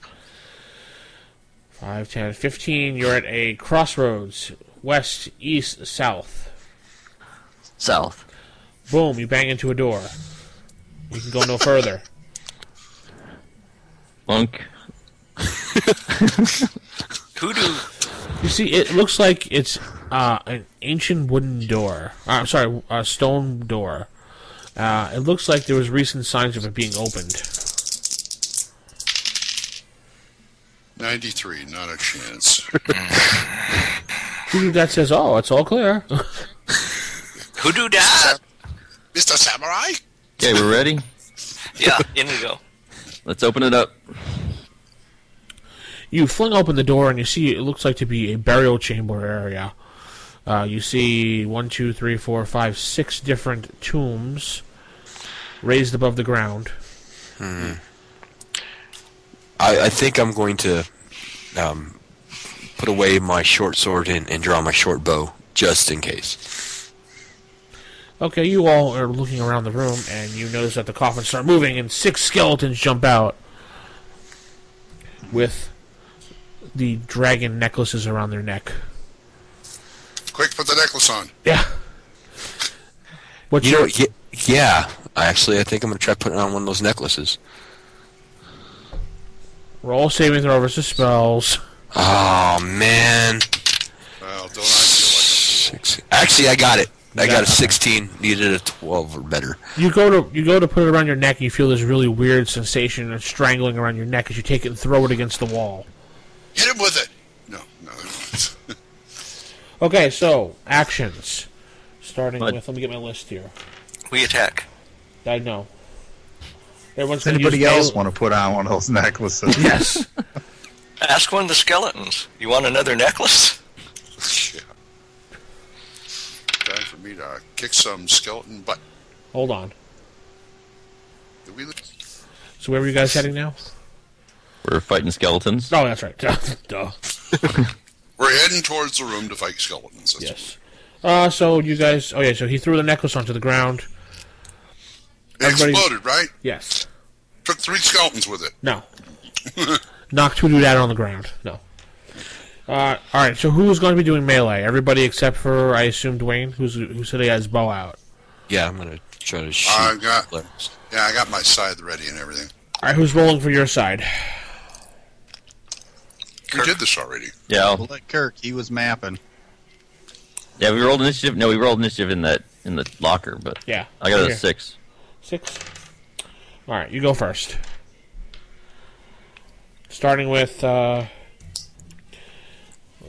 [SPEAKER 8] 5, 10, 15. You're at a crossroads west, east, south.
[SPEAKER 2] South.
[SPEAKER 8] Boom, you bang into a door. You can go no further.
[SPEAKER 2] Monk.
[SPEAKER 3] Who do?
[SPEAKER 8] You see, it looks like it's uh, an ancient wooden door. Uh, I'm sorry, a stone door. Uh, it looks like there was recent signs of it being opened.
[SPEAKER 6] 93, not a chance.
[SPEAKER 8] Voodoo Dad says, "Oh, it's all clear."
[SPEAKER 3] Who do that?
[SPEAKER 6] Mr. Samurai?
[SPEAKER 2] Okay, we're ready.
[SPEAKER 3] Yeah, in we go.
[SPEAKER 2] Let's open it up.
[SPEAKER 8] you fling open the door and you see it looks like to be a burial chamber area. Uh, you see one, two, three, four, five, six different tombs raised above the ground.
[SPEAKER 7] I, I think I'm going to um, put away my short sword and, and draw my short bow just in case.
[SPEAKER 8] Okay, you all are looking around the room and you notice that the coffins start moving and six skeletons jump out with the dragon necklaces around their neck.
[SPEAKER 6] Quick, put the necklace on.
[SPEAKER 8] Yeah. What's
[SPEAKER 7] You
[SPEAKER 8] your
[SPEAKER 7] know, y- yeah. Actually, I think I'm gonna try putting on one of those necklaces.
[SPEAKER 8] roll saving throw versus spells?
[SPEAKER 7] Oh man.
[SPEAKER 6] Well, don't I feel
[SPEAKER 7] Six. Actually, I got it. I
[SPEAKER 8] got
[SPEAKER 7] got
[SPEAKER 8] it.
[SPEAKER 7] a 16. Needed a 12 or better.
[SPEAKER 8] You go to you go to put it around your neck, and you feel this really weird sensation of strangling around your neck as you take it and throw it against the
[SPEAKER 6] like a
[SPEAKER 8] wall.
[SPEAKER 6] fool? Hit him with it! No, no. I
[SPEAKER 8] Okay, so actions, starting
[SPEAKER 2] Bud.
[SPEAKER 8] with let me get my list here.
[SPEAKER 3] We attack.
[SPEAKER 8] I know. Everyone's
[SPEAKER 4] Does
[SPEAKER 8] gonna
[SPEAKER 4] anybody
[SPEAKER 8] use
[SPEAKER 4] else
[SPEAKER 8] melee-
[SPEAKER 4] want to put on one of those necklaces?
[SPEAKER 8] Yes.
[SPEAKER 3] Ask one of the skeletons. You want another necklace?
[SPEAKER 6] don't. Yeah. Time for me to kick some skeleton butt.
[SPEAKER 8] Hold on.
[SPEAKER 6] Did we lose?
[SPEAKER 8] So where were you guys heading now?
[SPEAKER 2] We're fighting skeletons.
[SPEAKER 8] Oh, that's right. Duh.
[SPEAKER 6] We're heading towards the room to fight skeletons. That's
[SPEAKER 8] Yes. Uh, so you guys. Oh yeah. So he threw the necklace onto the ground.
[SPEAKER 6] It
[SPEAKER 8] Everybody-
[SPEAKER 6] exploded, right?
[SPEAKER 8] Yes.
[SPEAKER 6] Took three skeletons with it.
[SPEAKER 8] No. Knocked two dude out on the ground. No. Uh, all right. So who's going to be doing melee? Everybody except for I assume Dwayne, who's who said he has bow out.
[SPEAKER 7] Yeah, I'm gonna try to shoot.
[SPEAKER 6] I got,
[SPEAKER 7] Letters.
[SPEAKER 6] yeah, I got my scythe ready and everything.
[SPEAKER 8] All right. Who's rolling for your side?
[SPEAKER 6] We did this already.
[SPEAKER 2] Yeah. I'll-
[SPEAKER 4] We'll let Kirk. He was mapping.
[SPEAKER 2] Yeah, we rolled initiative. No, we rolled initiative in that in the locker, but
[SPEAKER 8] Yeah.
[SPEAKER 2] I got
[SPEAKER 8] Here.
[SPEAKER 2] a six.
[SPEAKER 8] Six. All right. You go first. Starting with. Uh, uh,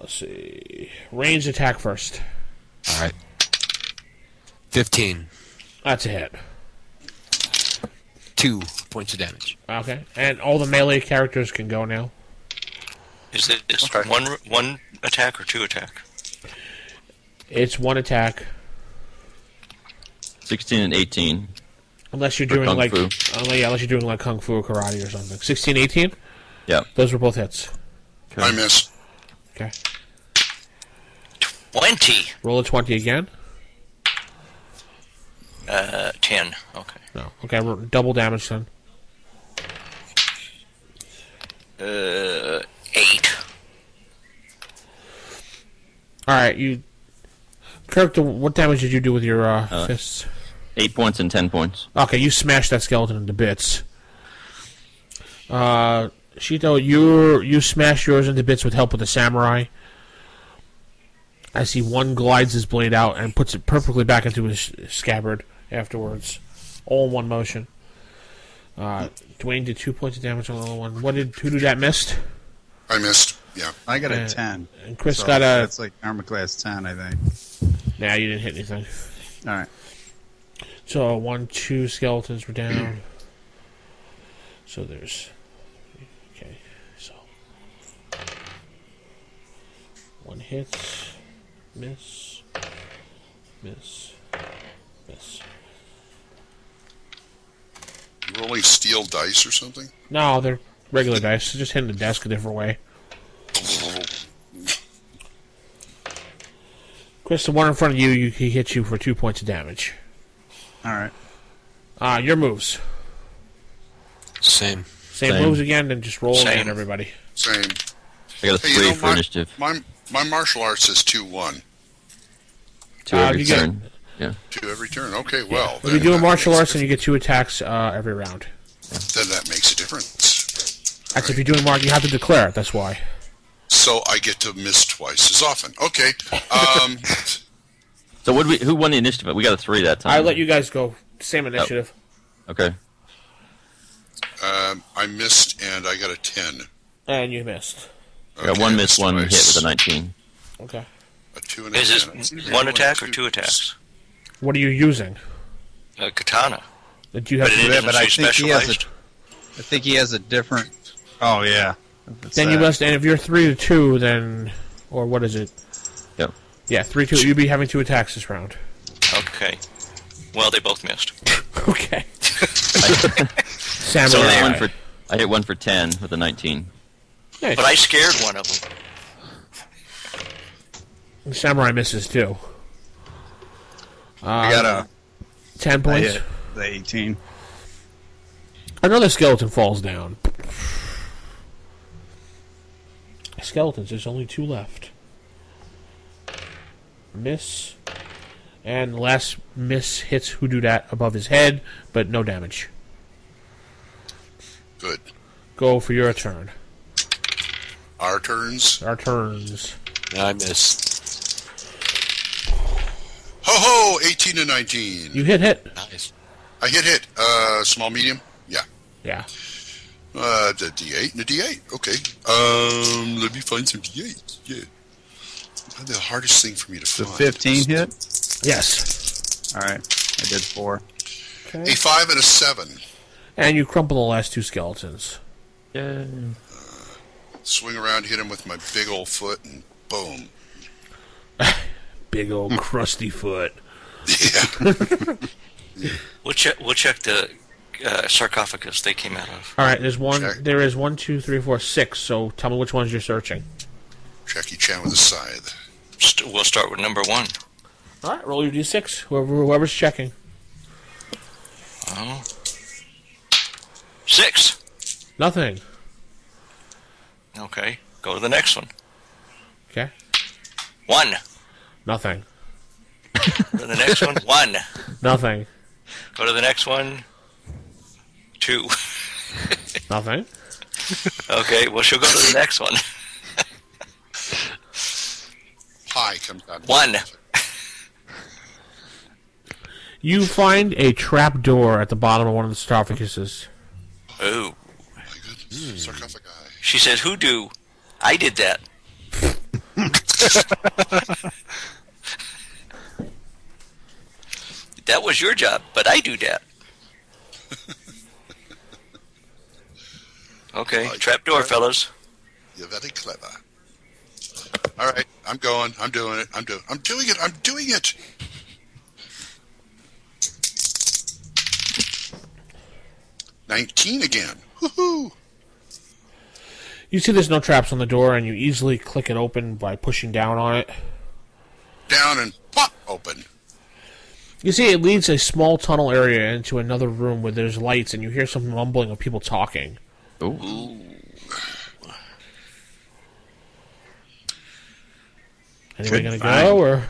[SPEAKER 8] let's see. Range attack first.
[SPEAKER 7] All right. 15.
[SPEAKER 8] That's a hit.
[SPEAKER 7] Two points of damage.
[SPEAKER 8] Okay. And all the melee characters can go now.
[SPEAKER 3] Is it is one one attack or two attack?
[SPEAKER 8] It's one attack.
[SPEAKER 2] Sixteen and eighteen.
[SPEAKER 8] Unless you're
[SPEAKER 2] Or
[SPEAKER 8] doing
[SPEAKER 2] kung
[SPEAKER 8] like,
[SPEAKER 2] fu.
[SPEAKER 8] unless, yeah, unless you're doing like kung fu or karate or something. 16, 18?
[SPEAKER 2] Yeah.
[SPEAKER 8] Those were both hits.
[SPEAKER 6] I miss.
[SPEAKER 8] Okay.
[SPEAKER 3] Twenty.
[SPEAKER 8] Roll a 20 again.
[SPEAKER 3] Uh, ten. Okay.
[SPEAKER 8] No. Okay, we're double damage then.
[SPEAKER 3] Uh, eight.
[SPEAKER 8] All right, you. Kirk, the- what damage did you do with your uh,
[SPEAKER 2] Uh,
[SPEAKER 8] fists?
[SPEAKER 2] Eight points and ten points.
[SPEAKER 8] Okay, you smashed that skeleton into bits. Uh, Shito, you you smash yours into bits with help of the samurai. I see one glides his blade out and puts it perfectly back into his scabbard afterwards, all in one motion. Uh, Dwayne did two points of damage on the other one. What did who did that missed?
[SPEAKER 6] I missed. Yeah.
[SPEAKER 4] I got
[SPEAKER 8] Uh,
[SPEAKER 4] a 10.
[SPEAKER 8] And Chris
[SPEAKER 4] so
[SPEAKER 8] got a.
[SPEAKER 4] That's like armor class 10, I think.
[SPEAKER 8] Nah, you didn't hit anything.
[SPEAKER 4] All right.
[SPEAKER 8] So one, two skeletons were down. so there's okay. So one hits, miss, miss, miss.
[SPEAKER 6] You rolling steel dice or something?
[SPEAKER 8] No, they're regular dice. They're Just hitting the desk a different way. Chris, the one in front of you, you he hits you for two points of damage.
[SPEAKER 4] All right.
[SPEAKER 8] Ah, your moves.
[SPEAKER 7] Same.
[SPEAKER 8] Same,
[SPEAKER 2] Same.
[SPEAKER 8] moves again, and just roll
[SPEAKER 3] Same.
[SPEAKER 8] again, everybody.
[SPEAKER 6] Same.
[SPEAKER 2] I got a
[SPEAKER 6] Hey,
[SPEAKER 2] three
[SPEAKER 6] you know,
[SPEAKER 2] for
[SPEAKER 6] my,
[SPEAKER 2] initiative.
[SPEAKER 6] my my martial arts is two one.
[SPEAKER 2] Two
[SPEAKER 8] Uh,
[SPEAKER 2] every
[SPEAKER 8] you get-
[SPEAKER 2] turn. Yeah.
[SPEAKER 6] Two every turn. Okay, well.
[SPEAKER 8] If you
[SPEAKER 6] then
[SPEAKER 8] do a
[SPEAKER 6] that
[SPEAKER 8] martial
[SPEAKER 6] makes-
[SPEAKER 8] arts, and you get two attacks uh, every round.
[SPEAKER 6] then that makes a difference.
[SPEAKER 8] That's if you're doing mark. You have to declare it. That's why.
[SPEAKER 6] So I get to miss twice as often. Okay. Um,
[SPEAKER 2] So what? We who won the initiative? We got a three that time.
[SPEAKER 8] I let you guys go. Same initiative.
[SPEAKER 2] Okay.
[SPEAKER 6] um, I missed and I got a ten.
[SPEAKER 8] And you missed.
[SPEAKER 2] I got one
[SPEAKER 6] Okay,
[SPEAKER 2] miss, one hit
[SPEAKER 6] twice.
[SPEAKER 2] with a nineteen.
[SPEAKER 8] Okay.
[SPEAKER 6] A two and a
[SPEAKER 3] Is
[SPEAKER 6] ten.
[SPEAKER 3] this one attack or two attacks?
[SPEAKER 8] What are you using?
[SPEAKER 3] A Uh, katana.
[SPEAKER 8] Did you have
[SPEAKER 3] But
[SPEAKER 8] to
[SPEAKER 3] it
[SPEAKER 8] do
[SPEAKER 3] is-
[SPEAKER 8] that?
[SPEAKER 4] Yeah,
[SPEAKER 3] Isn't
[SPEAKER 4] but I
[SPEAKER 3] she
[SPEAKER 4] think he has a.
[SPEAKER 3] specialized?
[SPEAKER 4] I think he has a different. Oh yeah. It's
[SPEAKER 8] Then you
[SPEAKER 4] that.
[SPEAKER 8] must. And if you're three to two, then or what is it?
[SPEAKER 2] Yep.
[SPEAKER 8] Yeah, three two. You'd be having two attacks this round.
[SPEAKER 3] Okay. Well, they both missed.
[SPEAKER 8] Okay. Samurai.
[SPEAKER 2] So I hit one for I hit one for ten with a nineteen.
[SPEAKER 8] Nice.
[SPEAKER 3] But I scared one of them.
[SPEAKER 8] Samurai misses too.
[SPEAKER 4] I got a.
[SPEAKER 8] Ten
[SPEAKER 4] I
[SPEAKER 8] points.
[SPEAKER 4] hit the 18.
[SPEAKER 8] Another skeleton falls down. Skeletons, there's only two left. Miss. And last miss hits who do that above his head, but no damage.
[SPEAKER 6] Good.
[SPEAKER 8] Go for your turn.
[SPEAKER 6] Our turns.
[SPEAKER 8] Our turns.
[SPEAKER 7] I missed.
[SPEAKER 6] Ho ho! Eighteen and nineteen.
[SPEAKER 8] You hit hit.
[SPEAKER 7] Nice.
[SPEAKER 6] I hit hit. Uh, small medium. Yeah.
[SPEAKER 8] Yeah.
[SPEAKER 6] Uh, the D8 and a D8. Okay. Um, let me find some D8. Yeah. The hardest thing for me to
[SPEAKER 4] The
[SPEAKER 6] find.
[SPEAKER 4] 15 hit.
[SPEAKER 8] Yes.
[SPEAKER 4] All right. I did four.
[SPEAKER 6] A five and a seven.
[SPEAKER 8] And you crumple the last two skeletons.
[SPEAKER 2] Yeah.
[SPEAKER 6] Swing around, hit him with my big old foot, and boom.
[SPEAKER 8] Big old crusty foot.
[SPEAKER 6] Yeah.
[SPEAKER 3] We'll check. We'll check the uh, sarcophagus they came out of.
[SPEAKER 8] Alright, there's one
[SPEAKER 6] Check.
[SPEAKER 8] there is one, two, three, four, six, so tell me which ones you're searching.
[SPEAKER 6] Jackie Chan with a scythe.
[SPEAKER 3] St- we'll start with number one.
[SPEAKER 8] Alright, roll your D six. Whoever whoever's checking.
[SPEAKER 3] Oh. Six.
[SPEAKER 8] Nothing.
[SPEAKER 3] Okay. Go to the next one.
[SPEAKER 8] Okay.
[SPEAKER 3] One.
[SPEAKER 8] Nothing.
[SPEAKER 3] Go to the next one. One.
[SPEAKER 8] Nothing.
[SPEAKER 3] Go to the next one. Two.
[SPEAKER 8] Nothing.
[SPEAKER 3] Okay. Well, she'll go to the next one.
[SPEAKER 6] Pie comes out.
[SPEAKER 3] One.
[SPEAKER 8] You find a trap door at the bottom of one of the sarcophaguses.
[SPEAKER 3] Oh.
[SPEAKER 6] My goodness. Sarcophagi.
[SPEAKER 3] She says, "Who do?" I did that. that was your job, but I do that. Okay, trapdoor, fellas.
[SPEAKER 6] You're very clever. All right. I'm going. I'm doing it. I'm doing. I'm doing it. I'm doing it. Nineteen again. Woohoo!
[SPEAKER 8] You see there's no traps on the door, and you easily click it open by pushing down on it.
[SPEAKER 6] down and pop open.
[SPEAKER 8] You see, it leads a small tunnel area into another room where there's lights, and you hear some mumbling of people talking.
[SPEAKER 2] Ooh.
[SPEAKER 8] Anybody
[SPEAKER 4] Good
[SPEAKER 8] gonna go or?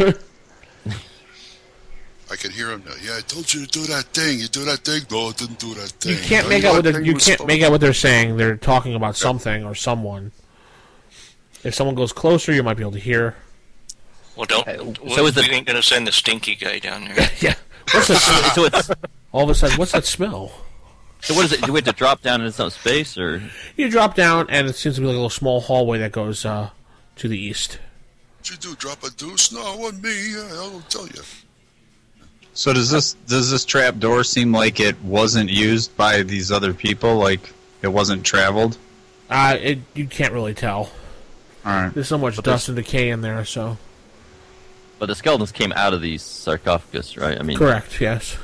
[SPEAKER 6] I can hear him now. Yeah, I told you to do that thing. You do that thing. No, it didn't do that thing.
[SPEAKER 8] You can't
[SPEAKER 6] No,
[SPEAKER 8] make
[SPEAKER 6] you
[SPEAKER 8] out what
[SPEAKER 6] know that
[SPEAKER 8] they're,
[SPEAKER 6] thing
[SPEAKER 8] you
[SPEAKER 6] was
[SPEAKER 8] can't
[SPEAKER 6] supposed-
[SPEAKER 8] make out what they're saying. They're talking about something or someone. If someone goes closer, you might be able to hear.
[SPEAKER 3] Well, don't.
[SPEAKER 2] so
[SPEAKER 3] we,
[SPEAKER 2] is the-
[SPEAKER 3] we ain't gonna send the stinky guy down there.
[SPEAKER 8] Yeah. What's that?
[SPEAKER 2] So, it's,
[SPEAKER 8] All of a sudden, what's that smell?
[SPEAKER 2] so what is it? Do we have to drop down into some space, or
[SPEAKER 8] You drop down, and it seems to be like a little small hallway that goes uh, to the east.
[SPEAKER 6] What you do? Drop a deuce? No, it wasn't me. I don't tell you.
[SPEAKER 4] So does this does this trap door seem like it wasn't used by these other people? Like it wasn't traveled?
[SPEAKER 8] Uh, it, you can't really tell.
[SPEAKER 4] All right.
[SPEAKER 8] There's so much dust and decay in there, so.
[SPEAKER 2] but the skeletons came out of the sarcophagus, right? I mean,
[SPEAKER 8] Correct, yes.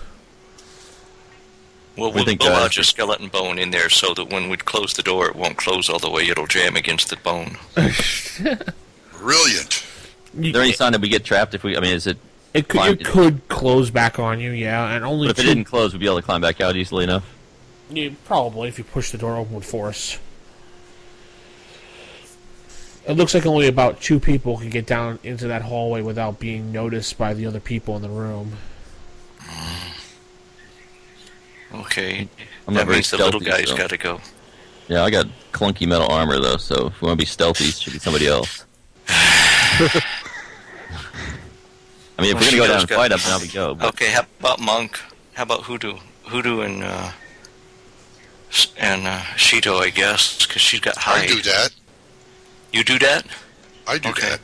[SPEAKER 3] Well,
[SPEAKER 2] We
[SPEAKER 3] we'll
[SPEAKER 2] think,
[SPEAKER 3] we'll
[SPEAKER 2] uh,
[SPEAKER 3] lodge a skeleton bone in there so that when we close the door, it won't close all the way. It'll jam against the bone.
[SPEAKER 6] Brilliant.
[SPEAKER 8] You,
[SPEAKER 2] is there any
[SPEAKER 8] it,
[SPEAKER 2] sign that we get trapped if we? I mean, is it?
[SPEAKER 8] it could,
[SPEAKER 2] Fine.
[SPEAKER 8] it could close back on you, yeah, and only
[SPEAKER 2] But if it
[SPEAKER 8] two-
[SPEAKER 2] didn't close, we'd be able to climb back out easily enough.
[SPEAKER 8] You, probably, if you push the door open with force. It looks like only about two people can get down into that hallway without being noticed by the other people in the room.
[SPEAKER 3] Okay.
[SPEAKER 2] I'm not
[SPEAKER 3] that
[SPEAKER 2] very
[SPEAKER 3] means the little
[SPEAKER 2] stealthy,
[SPEAKER 3] guy's
[SPEAKER 2] so-
[SPEAKER 3] got to go.
[SPEAKER 2] Yeah, I got clunky metal armor though, so if we want to be stealthy, it should be somebody else. I mean, if we're gonna go down and fight up, now we go. But
[SPEAKER 3] Okay. How about monk? How about hoodoo? Hoodoo and uh, s- and uh, Shido, I guess, because she's got
[SPEAKER 6] I
[SPEAKER 3] hide.
[SPEAKER 6] do that.
[SPEAKER 3] You do that?
[SPEAKER 6] I do
[SPEAKER 3] Okay.
[SPEAKER 6] that.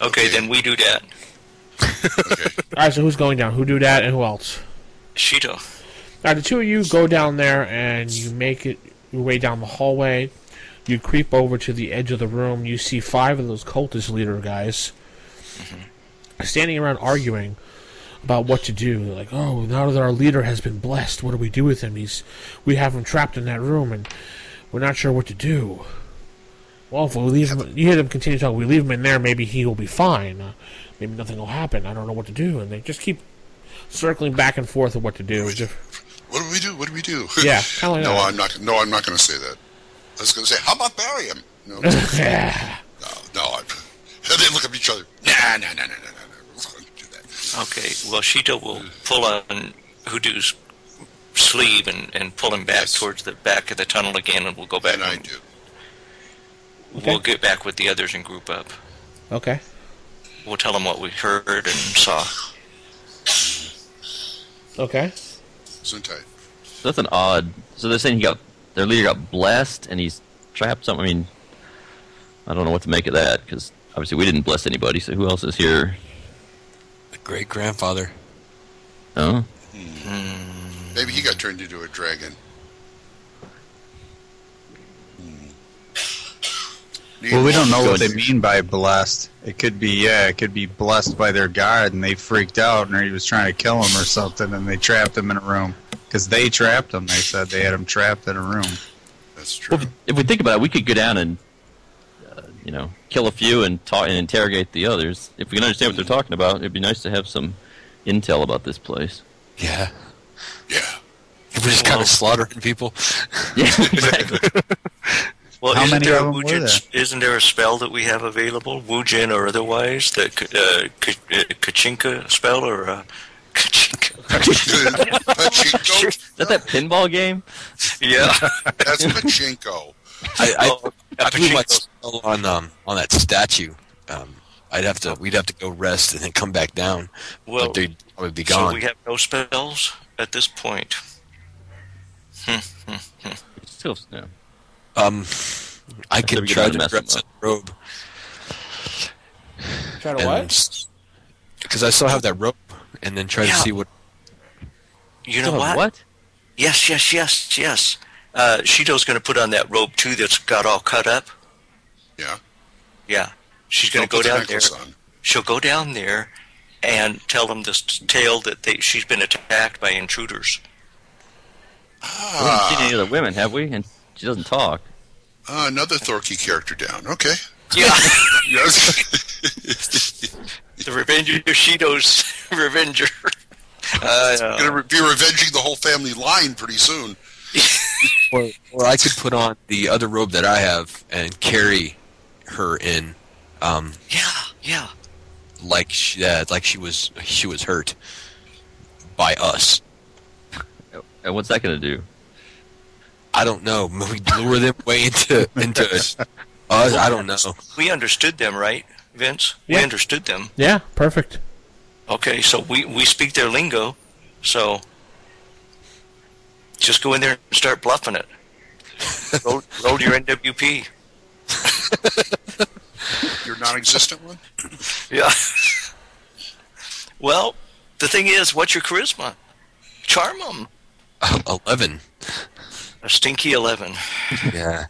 [SPEAKER 3] Okay,
[SPEAKER 6] Okay.
[SPEAKER 3] then we do that.
[SPEAKER 8] Alright, so who's going down? Who do that and who else?
[SPEAKER 3] Shido.
[SPEAKER 8] Alright, the two of you go down there and you make it your way down the hallway. You creep over to the edge of the room. You see five of those cultist leader guys standing around arguing about what to do. They're like, oh, now that our leader has been blessed, what do we do with him? He's, we have him trapped in that room, and we're not sure what to do. Well, if we leave him, you hear them continue talking. We leave him in there, maybe he will be fine. Uh, maybe nothing will happen. I don't know what to do, and they just keep circling back and forth of what to do. It's just-
[SPEAKER 6] What do we do? What do we do?
[SPEAKER 8] Yeah, kinda like
[SPEAKER 6] no,
[SPEAKER 8] that.
[SPEAKER 6] I'm not. No, I'm not going to say that. I was going to say, how about bury him? No, no, no. I, they look at each other. Nah, nah, nah, nah, nah, nah. nah. We're not going to do that.
[SPEAKER 3] Okay. Well, Shido will
[SPEAKER 6] Hmm.
[SPEAKER 3] pull on hoodoo's sleeve and, and pull him back
[SPEAKER 6] Yes.
[SPEAKER 3] towards the back of the tunnel again, and we'll go back.
[SPEAKER 6] And I
[SPEAKER 3] and
[SPEAKER 6] do.
[SPEAKER 3] We'll get back with the others and group up.
[SPEAKER 8] okay.
[SPEAKER 3] We'll tell them what we heard and saw.
[SPEAKER 8] Okay.
[SPEAKER 6] Zuntai.
[SPEAKER 2] so that's an odd. So they're saying he got their leader got blessed, and he's trapped. Something. I mean, I don't know what to make of that because obviously we didn't bless anybody. So who else is here?
[SPEAKER 7] The great grandfather.
[SPEAKER 2] Oh,
[SPEAKER 6] Maybe he got turned into a dragon. Hmm.
[SPEAKER 4] Well, we don't know what
[SPEAKER 2] Good.
[SPEAKER 4] they mean by blessed. It could be yeah, it could be blessed by their god, and they freaked out, and he was trying to kill him or something, and they trapped him in a room because they trapped him. They said they had him trapped in a room.
[SPEAKER 6] That's true.
[SPEAKER 2] well, if we think about it, we could go down and uh, you know kill a few and talk and interrogate the others. If we can understand what they're talking about, it'd be nice to have some intel about this place.
[SPEAKER 7] Yeah.
[SPEAKER 6] Yeah.
[SPEAKER 7] We're just kind of slaughtering people.
[SPEAKER 2] Yeah, exactly.
[SPEAKER 3] Well,
[SPEAKER 4] How
[SPEAKER 3] isn't
[SPEAKER 4] many
[SPEAKER 3] there
[SPEAKER 4] of
[SPEAKER 3] a
[SPEAKER 4] 'em were
[SPEAKER 3] Wujin s- Isn't there a spell that we have available, Wujin or otherwise, that could, uh, could, uh, Kachinka spell or uh, Kachinka?
[SPEAKER 6] Pachinko.
[SPEAKER 2] Is that that pinball game?
[SPEAKER 3] yeah,
[SPEAKER 6] That's Pachinko.
[SPEAKER 7] I, I,
[SPEAKER 3] Oh,
[SPEAKER 7] I blew my
[SPEAKER 3] Pachinko.
[SPEAKER 7] spell on um, on that statue. Um, I'd have to. We'd have to go rest and then come back down.
[SPEAKER 3] Well,
[SPEAKER 7] but they'd probably be
[SPEAKER 3] so
[SPEAKER 7] gone.
[SPEAKER 3] we have no spells at this point.
[SPEAKER 2] Still, yeah.
[SPEAKER 7] um, I
[SPEAKER 2] Until
[SPEAKER 7] could
[SPEAKER 2] we get
[SPEAKER 7] try
[SPEAKER 2] down to
[SPEAKER 7] to
[SPEAKER 2] mess
[SPEAKER 7] dress
[SPEAKER 2] them
[SPEAKER 7] that
[SPEAKER 2] up.
[SPEAKER 7] robe.
[SPEAKER 8] Try to what?
[SPEAKER 7] Because I still have that rope, and then try to
[SPEAKER 3] Yeah.
[SPEAKER 7] see what.
[SPEAKER 3] You know
[SPEAKER 2] Still have
[SPEAKER 3] what? Yes, yes, yes, yes. Uh, Shido's going to put on that robe too. That's got all cut up.
[SPEAKER 6] Yeah.
[SPEAKER 3] Yeah, she's going to
[SPEAKER 6] Don't
[SPEAKER 3] go
[SPEAKER 6] put the
[SPEAKER 3] down there.
[SPEAKER 6] necklace on.
[SPEAKER 3] She'll go down there and tell them this tale that they, she's been attacked by intruders.
[SPEAKER 2] We haven't seen any other women, have we? And she doesn't talk.
[SPEAKER 6] Ah, another Thorkey character down. Okay.
[SPEAKER 3] Yeah.
[SPEAKER 6] Yes.
[SPEAKER 3] The Revenge of Yoshido's Revenger. Uh,
[SPEAKER 6] Gonna re- be revenging the whole family line pretty soon.
[SPEAKER 7] Or, or I could put on the other robe that I have and carry her in, um,
[SPEAKER 3] yeah, yeah.
[SPEAKER 7] like she, uh, like she was she was hurt by us.
[SPEAKER 2] And Uh, what's that going to do?
[SPEAKER 7] I don't know. We lure them way into into us. us I don't know.
[SPEAKER 3] We understood them, right, Vince?
[SPEAKER 8] Yeah.
[SPEAKER 3] We understood them.
[SPEAKER 8] Yeah, perfect.
[SPEAKER 3] Okay, so we, we speak their lingo, so just go in there and start bluffing it. roll, roll your NWP.
[SPEAKER 6] Your non-existent one.
[SPEAKER 3] Yeah. well, the thing is, what's your charisma? Charm them.
[SPEAKER 7] Uh, Eleven.
[SPEAKER 3] A stinky 11.
[SPEAKER 7] Yeah.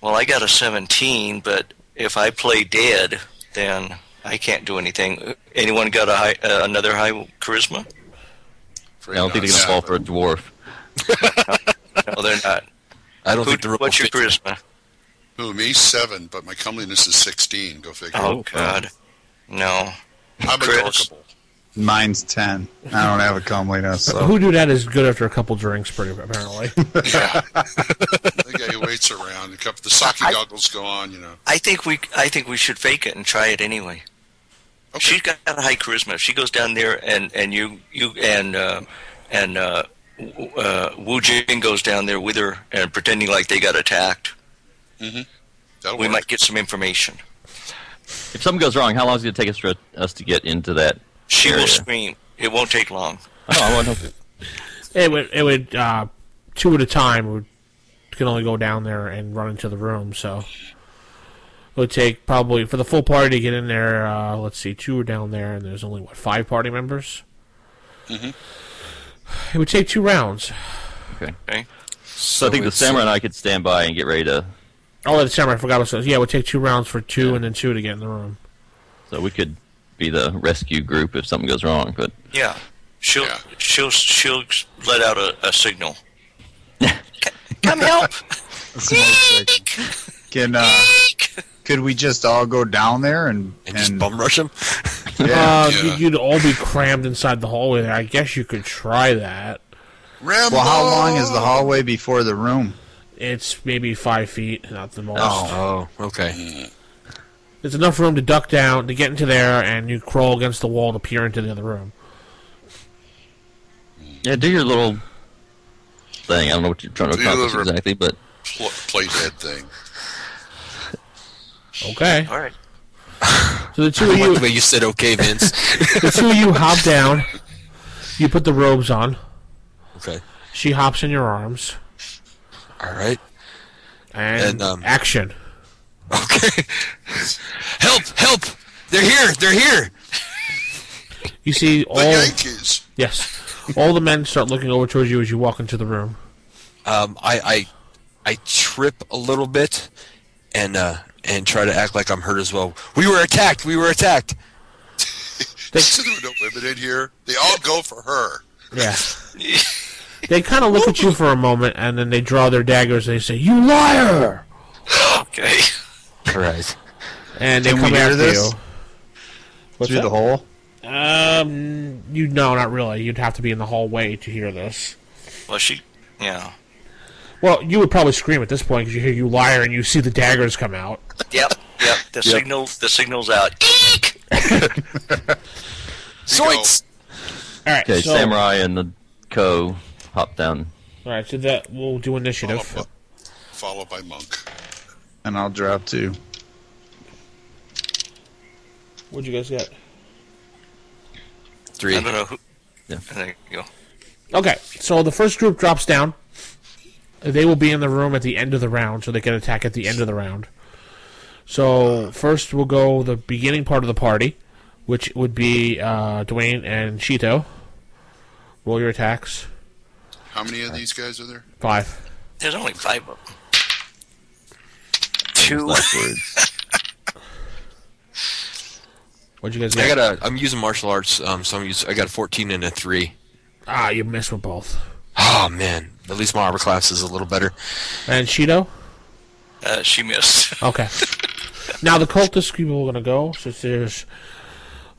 [SPEAKER 3] Well, I got a 17, but if I play dead, then I can't do anything. Anyone got a high, uh, another high charisma?
[SPEAKER 2] I don't think they're going to fall for a dwarf.
[SPEAKER 3] No, they're not.
[SPEAKER 7] I don't
[SPEAKER 3] Who-
[SPEAKER 7] think the robe.
[SPEAKER 3] what's your
[SPEAKER 7] fits.
[SPEAKER 3] charisma?
[SPEAKER 6] Who me seven, but my comeliness is sixteen. Go figure.
[SPEAKER 3] Oh, God. No.
[SPEAKER 6] I'm
[SPEAKER 3] Chris.
[SPEAKER 6] adorkable.
[SPEAKER 4] Mine's ten. I don't have a comeliness, so
[SPEAKER 8] Who do that is good after a couple drinks, pretty apparently.
[SPEAKER 6] Yeah. the guy who waits around, a couple, the sake goggles go on. You know.
[SPEAKER 3] I think we I think we should fake it and try it anyway.
[SPEAKER 6] Okay.
[SPEAKER 3] She's got a high charisma. If she goes down there and and you you and uh, and uh, w- uh, Wu Jing goes down there with her and pretending like they got attacked,
[SPEAKER 6] That'll
[SPEAKER 3] we
[SPEAKER 6] work.
[SPEAKER 3] might get some information.
[SPEAKER 2] If something goes wrong, how long is it going to take us, for us to get into that?
[SPEAKER 3] She
[SPEAKER 2] area?
[SPEAKER 3] will scream. It won't take long.
[SPEAKER 2] Oh, I want to.
[SPEAKER 8] it would, it would uh, two at a time. Would can only go down there and run into the room, so it would take probably for the full party to get in there. Uh, let's see, two are down there, and there's only what five party members. It would take two rounds.
[SPEAKER 3] Okay.
[SPEAKER 2] So I think the samurai and I could stand by and get ready to.
[SPEAKER 8] Oh, the samurai, I forgot what it says. Yeah, it would take two rounds for two, and then two to get in the room.
[SPEAKER 2] So we could be the rescue group if something goes wrong. But
[SPEAKER 3] Yeah. She'll
[SPEAKER 6] Yeah.
[SPEAKER 3] she'll she'll let out a, a signal. Come help!
[SPEAKER 4] it's more striking. can uh, could we just all go down there and
[SPEAKER 7] And just bum rush him.
[SPEAKER 4] yeah.
[SPEAKER 8] Uh,
[SPEAKER 6] Yeah.
[SPEAKER 8] you'd- You'd all be crammed inside the hallway there. I guess you could try that.
[SPEAKER 6] Rambo!
[SPEAKER 4] Well, how long is the hallway before the room?
[SPEAKER 8] It's maybe five feet, not the most.
[SPEAKER 7] Oh. Oh. Okay.
[SPEAKER 8] There's enough room to duck down, to get into there, and you crawl against the wall to peer into the other room.
[SPEAKER 2] yeah, do your little thing. I don't know what you're trying to
[SPEAKER 6] Do your
[SPEAKER 2] accomplish
[SPEAKER 6] little-
[SPEAKER 2] exactly, but
[SPEAKER 6] Pl- play dead thing?
[SPEAKER 8] Okay.
[SPEAKER 3] All right.
[SPEAKER 8] So the two
[SPEAKER 7] I
[SPEAKER 8] of
[SPEAKER 7] like
[SPEAKER 8] you,
[SPEAKER 7] the way you said okay, Vince.
[SPEAKER 8] the two of you hop down. You put the robes on.
[SPEAKER 7] okay.
[SPEAKER 8] She hops in your arms.
[SPEAKER 7] All right.
[SPEAKER 8] And,
[SPEAKER 7] And, um,
[SPEAKER 8] action.
[SPEAKER 7] Okay. help! Help! They're here! They're here!
[SPEAKER 8] You see
[SPEAKER 6] The
[SPEAKER 8] all
[SPEAKER 6] Yankees.
[SPEAKER 8] yes, all the men start looking over towards you as you walk into the room.
[SPEAKER 7] Um, I, I I trip a little bit, and uh, and try to act like I'm hurt as well. We were attacked. We were attacked.
[SPEAKER 6] So there were no women in here. They all go for her.
[SPEAKER 8] Yeah. they kind of look at you for a moment, and then they draw their daggers. and They say, "You liar!"
[SPEAKER 3] Okay.
[SPEAKER 7] All right.
[SPEAKER 8] And they
[SPEAKER 4] Can we
[SPEAKER 8] come
[SPEAKER 4] hear
[SPEAKER 8] after
[SPEAKER 4] this?
[SPEAKER 8] you.
[SPEAKER 4] Through the hole?
[SPEAKER 8] Um, you no, not really. You'd have to be in the hallway to hear this.
[SPEAKER 3] Well, she. Yeah.
[SPEAKER 8] Well, you would probably scream at this point because you hear "you liar" and you see the daggers come out.
[SPEAKER 3] Yep. Yep. The signal. The signal's out. Eek!
[SPEAKER 7] Zoinks!
[SPEAKER 8] All right,
[SPEAKER 2] okay,
[SPEAKER 8] so
[SPEAKER 2] samurai and the co hop down.
[SPEAKER 8] all right, so that we'll do
[SPEAKER 6] Followed
[SPEAKER 8] initiative.
[SPEAKER 6] by, followed by Monk.
[SPEAKER 4] And I'll drop two.
[SPEAKER 8] What'd you guys get?
[SPEAKER 7] Three.
[SPEAKER 3] I don't know who.
[SPEAKER 2] Yeah.
[SPEAKER 3] There you go.
[SPEAKER 8] Okay, so the first group drops down. They will be in the room at the end of the round, so they can attack at the end of the round. So first we'll go the beginning part of the party, which would be uh, Dwayne and Cheeto. Roll your attacks.
[SPEAKER 6] How many of these guys are there?
[SPEAKER 8] Five.
[SPEAKER 3] There's only five of them. Two.
[SPEAKER 2] Last words.
[SPEAKER 8] What'd you guys
[SPEAKER 7] I
[SPEAKER 8] get?
[SPEAKER 7] got a. I'm using martial arts. Um, so I'm use. I got a 14 and a three.
[SPEAKER 8] ah, you missed with both.
[SPEAKER 7] Oh man. At least my armor class is a little better.
[SPEAKER 8] And Cheeto.
[SPEAKER 3] Uh, she missed.
[SPEAKER 8] Okay. now the cultist people are gonna go since there's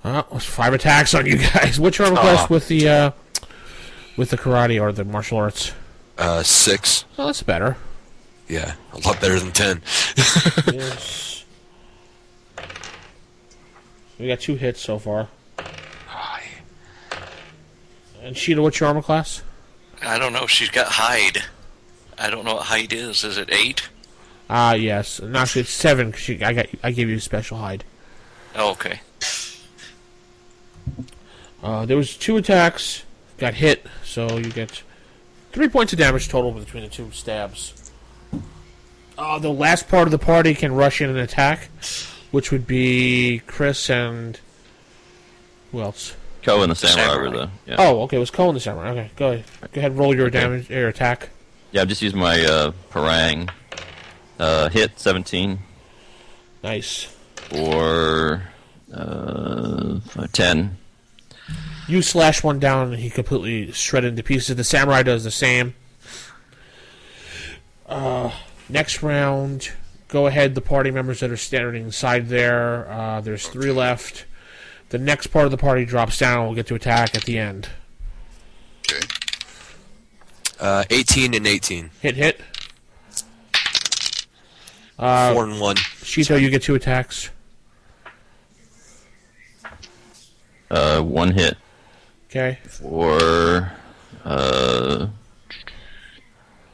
[SPEAKER 8] Well, it was five attacks on you guys. What's your armor class with the uh, with the karate or the martial arts?
[SPEAKER 7] Uh, six.
[SPEAKER 8] Oh, that's better.
[SPEAKER 7] Yeah, a lot better than ten.
[SPEAKER 8] Yes. We got two hits so far. And Sheeta, what's your armor class?
[SPEAKER 3] I don't know. She's got hide. I don't know what hide is. Is it eight?
[SPEAKER 8] Ah, yes. And actually, it's seven because I got I gave you a special hide.
[SPEAKER 3] Oh, okay.
[SPEAKER 8] Uh, there was two attacks, got hit, so you get three points of damage total between the two stabs. Uh, the last part of the party can rush in and attack, which would be Chris and who else?
[SPEAKER 2] Ko and the samurai
[SPEAKER 3] samurai.
[SPEAKER 2] were the. Yeah.
[SPEAKER 8] Oh, okay, it was Cole and the Samurai. Okay, go ahead. Go ahead, roll your damage, your attack.
[SPEAKER 2] yeah, I've just used my uh, parang. Uh, hit 17
[SPEAKER 8] Nice.
[SPEAKER 2] for uh, for 10.
[SPEAKER 8] You slash one down, and he completely shredded into pieces. The samurai does the same. Uh, next round, go ahead. The party members that are standing inside there, uh, there's three left. The next part of the party drops down. We'll get to attack at the end.
[SPEAKER 6] Okay.
[SPEAKER 7] Uh, eighteen and eighteen.
[SPEAKER 8] Hit, hit.
[SPEAKER 7] Four and one.
[SPEAKER 8] Shito, you get two attacks.
[SPEAKER 2] Uh, one hit
[SPEAKER 8] Okay.
[SPEAKER 2] for uh,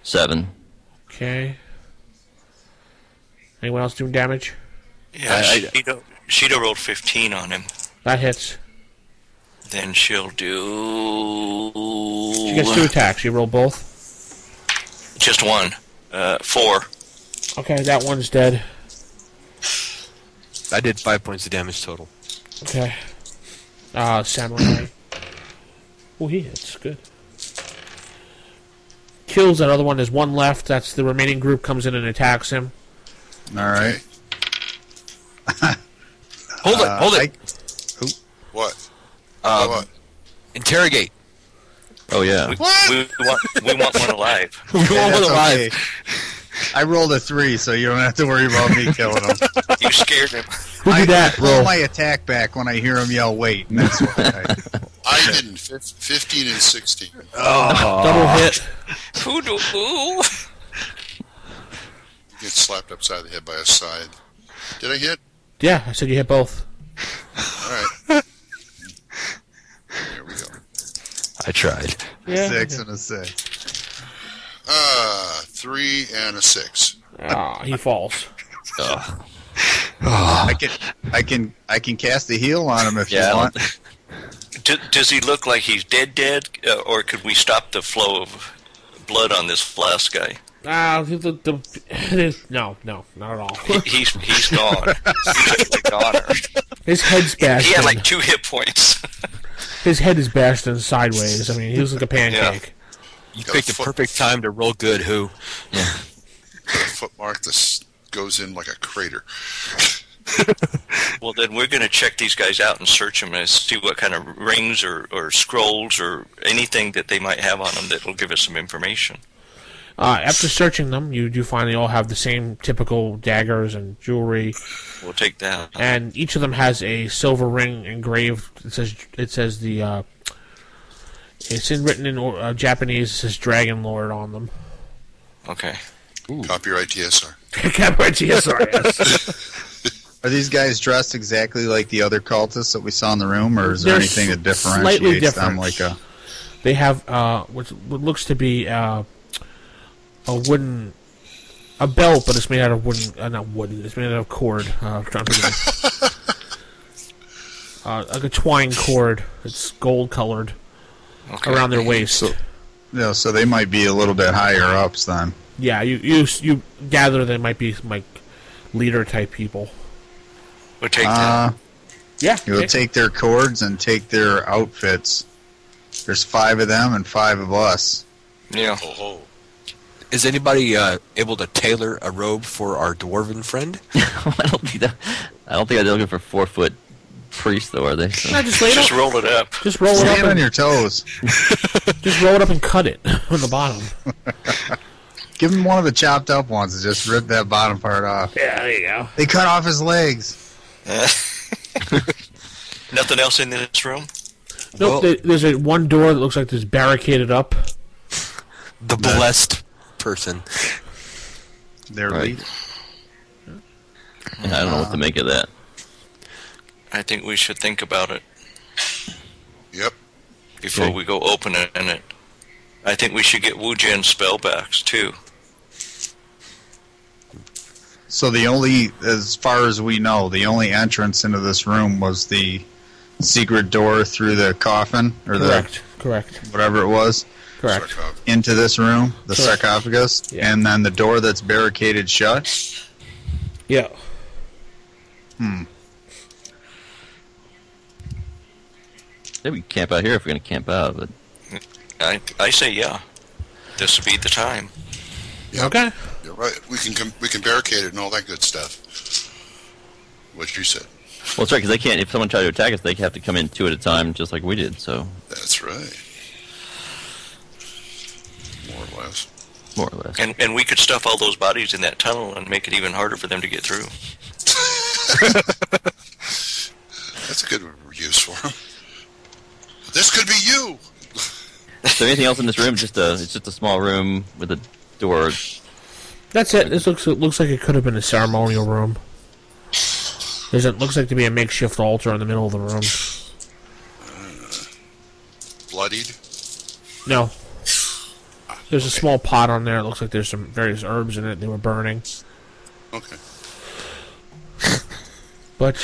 [SPEAKER 2] 7.
[SPEAKER 8] Okay. Anyone else doing damage?
[SPEAKER 3] Yeah, Sheeta, Sheeta rolled 15 on him.
[SPEAKER 8] That hits.
[SPEAKER 3] Then she'll do.
[SPEAKER 8] She gets two attacks. You roll both.
[SPEAKER 3] Just one. Uh, four.
[SPEAKER 8] Okay, that one's dead.
[SPEAKER 7] I did five points of damage total.
[SPEAKER 8] Okay. Uh, samurai. oh, he hits. Good. Kills that other one. There's one left. That's the remaining group comes in and attacks him.
[SPEAKER 4] All right.
[SPEAKER 7] Hold it, hold it.
[SPEAKER 6] What?
[SPEAKER 7] Um,
[SPEAKER 6] what?
[SPEAKER 7] Interrogate.
[SPEAKER 2] Oh, yeah.
[SPEAKER 3] We, we want, we want one alive.
[SPEAKER 7] We
[SPEAKER 4] Yeah,
[SPEAKER 7] want one
[SPEAKER 4] that's
[SPEAKER 7] alive.
[SPEAKER 4] okay. I rolled a three, so you don't have to worry about me killing him.
[SPEAKER 3] You scared him.
[SPEAKER 5] Who
[SPEAKER 4] I
[SPEAKER 5] did that,
[SPEAKER 4] roll
[SPEAKER 5] roll?
[SPEAKER 4] my attack back when I hear him yell, "Wait!" And that's what I,
[SPEAKER 6] I didn't. Fif- 15 and 16.
[SPEAKER 8] Double hit.
[SPEAKER 3] Who do who?
[SPEAKER 6] Get slapped upside the head by a side. Did I hit?
[SPEAKER 8] Yeah, I said you hit both.
[SPEAKER 6] All right. There we go.
[SPEAKER 7] I tried.
[SPEAKER 8] Yeah.
[SPEAKER 4] six and a six.
[SPEAKER 6] Uh, three and a six.
[SPEAKER 8] Ah, he falls. Ah.
[SPEAKER 4] I can, I can, I can cast a heal on him if
[SPEAKER 2] Yeah, I
[SPEAKER 4] you want.
[SPEAKER 3] Do, does he look like he's dead, dead, uh, or could we stop the flow of blood on this last guy?
[SPEAKER 8] Ah, the, the, the, no, no, not at all.
[SPEAKER 3] He's he's gone. He's a goner.
[SPEAKER 8] His head's bashed.
[SPEAKER 3] He had
[SPEAKER 8] in.
[SPEAKER 3] like two hit points.
[SPEAKER 8] His head is bashed in sideways. I mean, he was like a pancake.
[SPEAKER 7] You
[SPEAKER 6] Got
[SPEAKER 7] picked the
[SPEAKER 6] foot-
[SPEAKER 7] perfect time to roll good. Who?
[SPEAKER 6] A footmark that goes in like a crater.
[SPEAKER 3] Well, then we're going to check these guys out and search them and see what kind of rings or, or scrolls or anything that they might have on them that will give us some information.
[SPEAKER 8] Uh, after searching them, you do find they all have the same typical daggers and jewelry.
[SPEAKER 3] We'll take that.
[SPEAKER 8] and each of them has a silver ring engraved. It says it says the uh, it's in written in uh, Japanese. It says Dragon Lord on them.
[SPEAKER 3] Okay.
[SPEAKER 6] Copyright TSR.
[SPEAKER 8] Capriciosaurus.
[SPEAKER 4] Are these guys dressed exactly like the other cultists that we saw in the room, or is there
[SPEAKER 8] They're
[SPEAKER 4] anything that
[SPEAKER 8] s- slightly
[SPEAKER 4] differentiates them?
[SPEAKER 8] different.
[SPEAKER 4] Like a
[SPEAKER 8] they have uh, what, what looks to be uh, a wooden a belt, but it's made out of wooden. Uh, not wooden. It's made out of cord. Uh, I'm trying to think of- Uh, like a twine cord. It's gold colored
[SPEAKER 3] okay.
[SPEAKER 8] around their waist.
[SPEAKER 4] no, so they might be a little bit higher ups then.
[SPEAKER 8] Yeah, you you you gather they might be like leader type people.
[SPEAKER 3] We'll take
[SPEAKER 4] Uh,
[SPEAKER 8] Yeah,
[SPEAKER 4] you'll take their cords and take their outfits. There's five of them and five of us.
[SPEAKER 3] that. Yeah.
[SPEAKER 6] Oh, ho.
[SPEAKER 7] Is anybody uh, able to tailor a robe for our dwarven friend?
[SPEAKER 2] I don't think that. I don't think they're looking for four foot priests, though, are they? So-
[SPEAKER 8] No, just lay it
[SPEAKER 3] Just
[SPEAKER 8] up.
[SPEAKER 3] roll it up.
[SPEAKER 8] Just roll it
[SPEAKER 4] Stand
[SPEAKER 8] up.
[SPEAKER 4] on
[SPEAKER 8] And,
[SPEAKER 4] your toes.
[SPEAKER 8] just roll it up and cut it on the bottom.
[SPEAKER 4] Give him one of the chopped up ones and just rip that bottom part off.
[SPEAKER 8] Yeah, there you go.
[SPEAKER 4] They cut off his legs.
[SPEAKER 3] Nothing else in this room?
[SPEAKER 8] Nope,
[SPEAKER 7] Well-
[SPEAKER 8] there- there's a one door that looks like it's barricaded up.
[SPEAKER 7] The blessed person.
[SPEAKER 4] Their
[SPEAKER 2] Right.
[SPEAKER 4] lead.
[SPEAKER 2] Yeah, I don't know what to make of that.
[SPEAKER 3] I think we should think about it
[SPEAKER 6] Yep.
[SPEAKER 3] before we go open it in it. I think we should get Wu Jin spellbacks too.
[SPEAKER 4] So the only, as far as we know, the only entrance into this room was the secret door through the coffin or
[SPEAKER 8] Correct. Correct.
[SPEAKER 4] the whatever it was
[SPEAKER 8] Correct.
[SPEAKER 6] Sarcoph-
[SPEAKER 4] into this room, the
[SPEAKER 8] Correct.
[SPEAKER 4] sarcophagus,
[SPEAKER 8] Yeah.
[SPEAKER 4] and then the door that's barricaded shut.
[SPEAKER 8] Yeah.
[SPEAKER 2] Maybe we can camp out here if we're gonna camp out, but
[SPEAKER 3] I I say yeah. This would be the time.
[SPEAKER 6] Yep.
[SPEAKER 8] Okay.
[SPEAKER 6] You're right. We can com- we can barricade it and all that good stuff. What you said.
[SPEAKER 2] well, it's right because they can't. If someone tried to attack us, they have to come in two at a time, just like we did. So
[SPEAKER 6] That's right. More or less.
[SPEAKER 2] more or less.
[SPEAKER 3] And and we could stuff all those bodies in that tunnel and make it even harder for them to get through.
[SPEAKER 6] That's a good use for him. This could be you.
[SPEAKER 2] So anything else in this room? Just a it's just a small room with a door.
[SPEAKER 8] That's it. This looks it looks like it could have been a ceremonial room. There's it looks like to be a makeshift altar in the middle of the room.
[SPEAKER 6] Bloodied.
[SPEAKER 8] No. There's a small pot on there. It looks like there's some various herbs in it. They were burning,
[SPEAKER 6] Okay.
[SPEAKER 8] but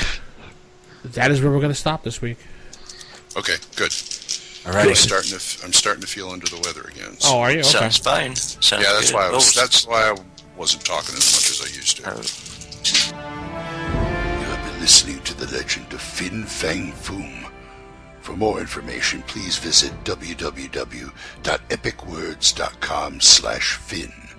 [SPEAKER 8] that is where we're going to stop this week.
[SPEAKER 6] Okay. Good.
[SPEAKER 7] All
[SPEAKER 6] I'm
[SPEAKER 7] right.
[SPEAKER 6] starting to. F- I'm starting to feel under the weather again. so-
[SPEAKER 8] Oh, are you okay?
[SPEAKER 3] Sounds fine. Sounds
[SPEAKER 6] yeah. That's
[SPEAKER 3] good.
[SPEAKER 6] why. I was,
[SPEAKER 3] Oh,
[SPEAKER 6] that's why I wasn't talking as much as I used to.
[SPEAKER 3] uh,
[SPEAKER 1] You have been listening to the legend of Fin Fang Foom. For more information, please visit www.epicwords.com slash fin.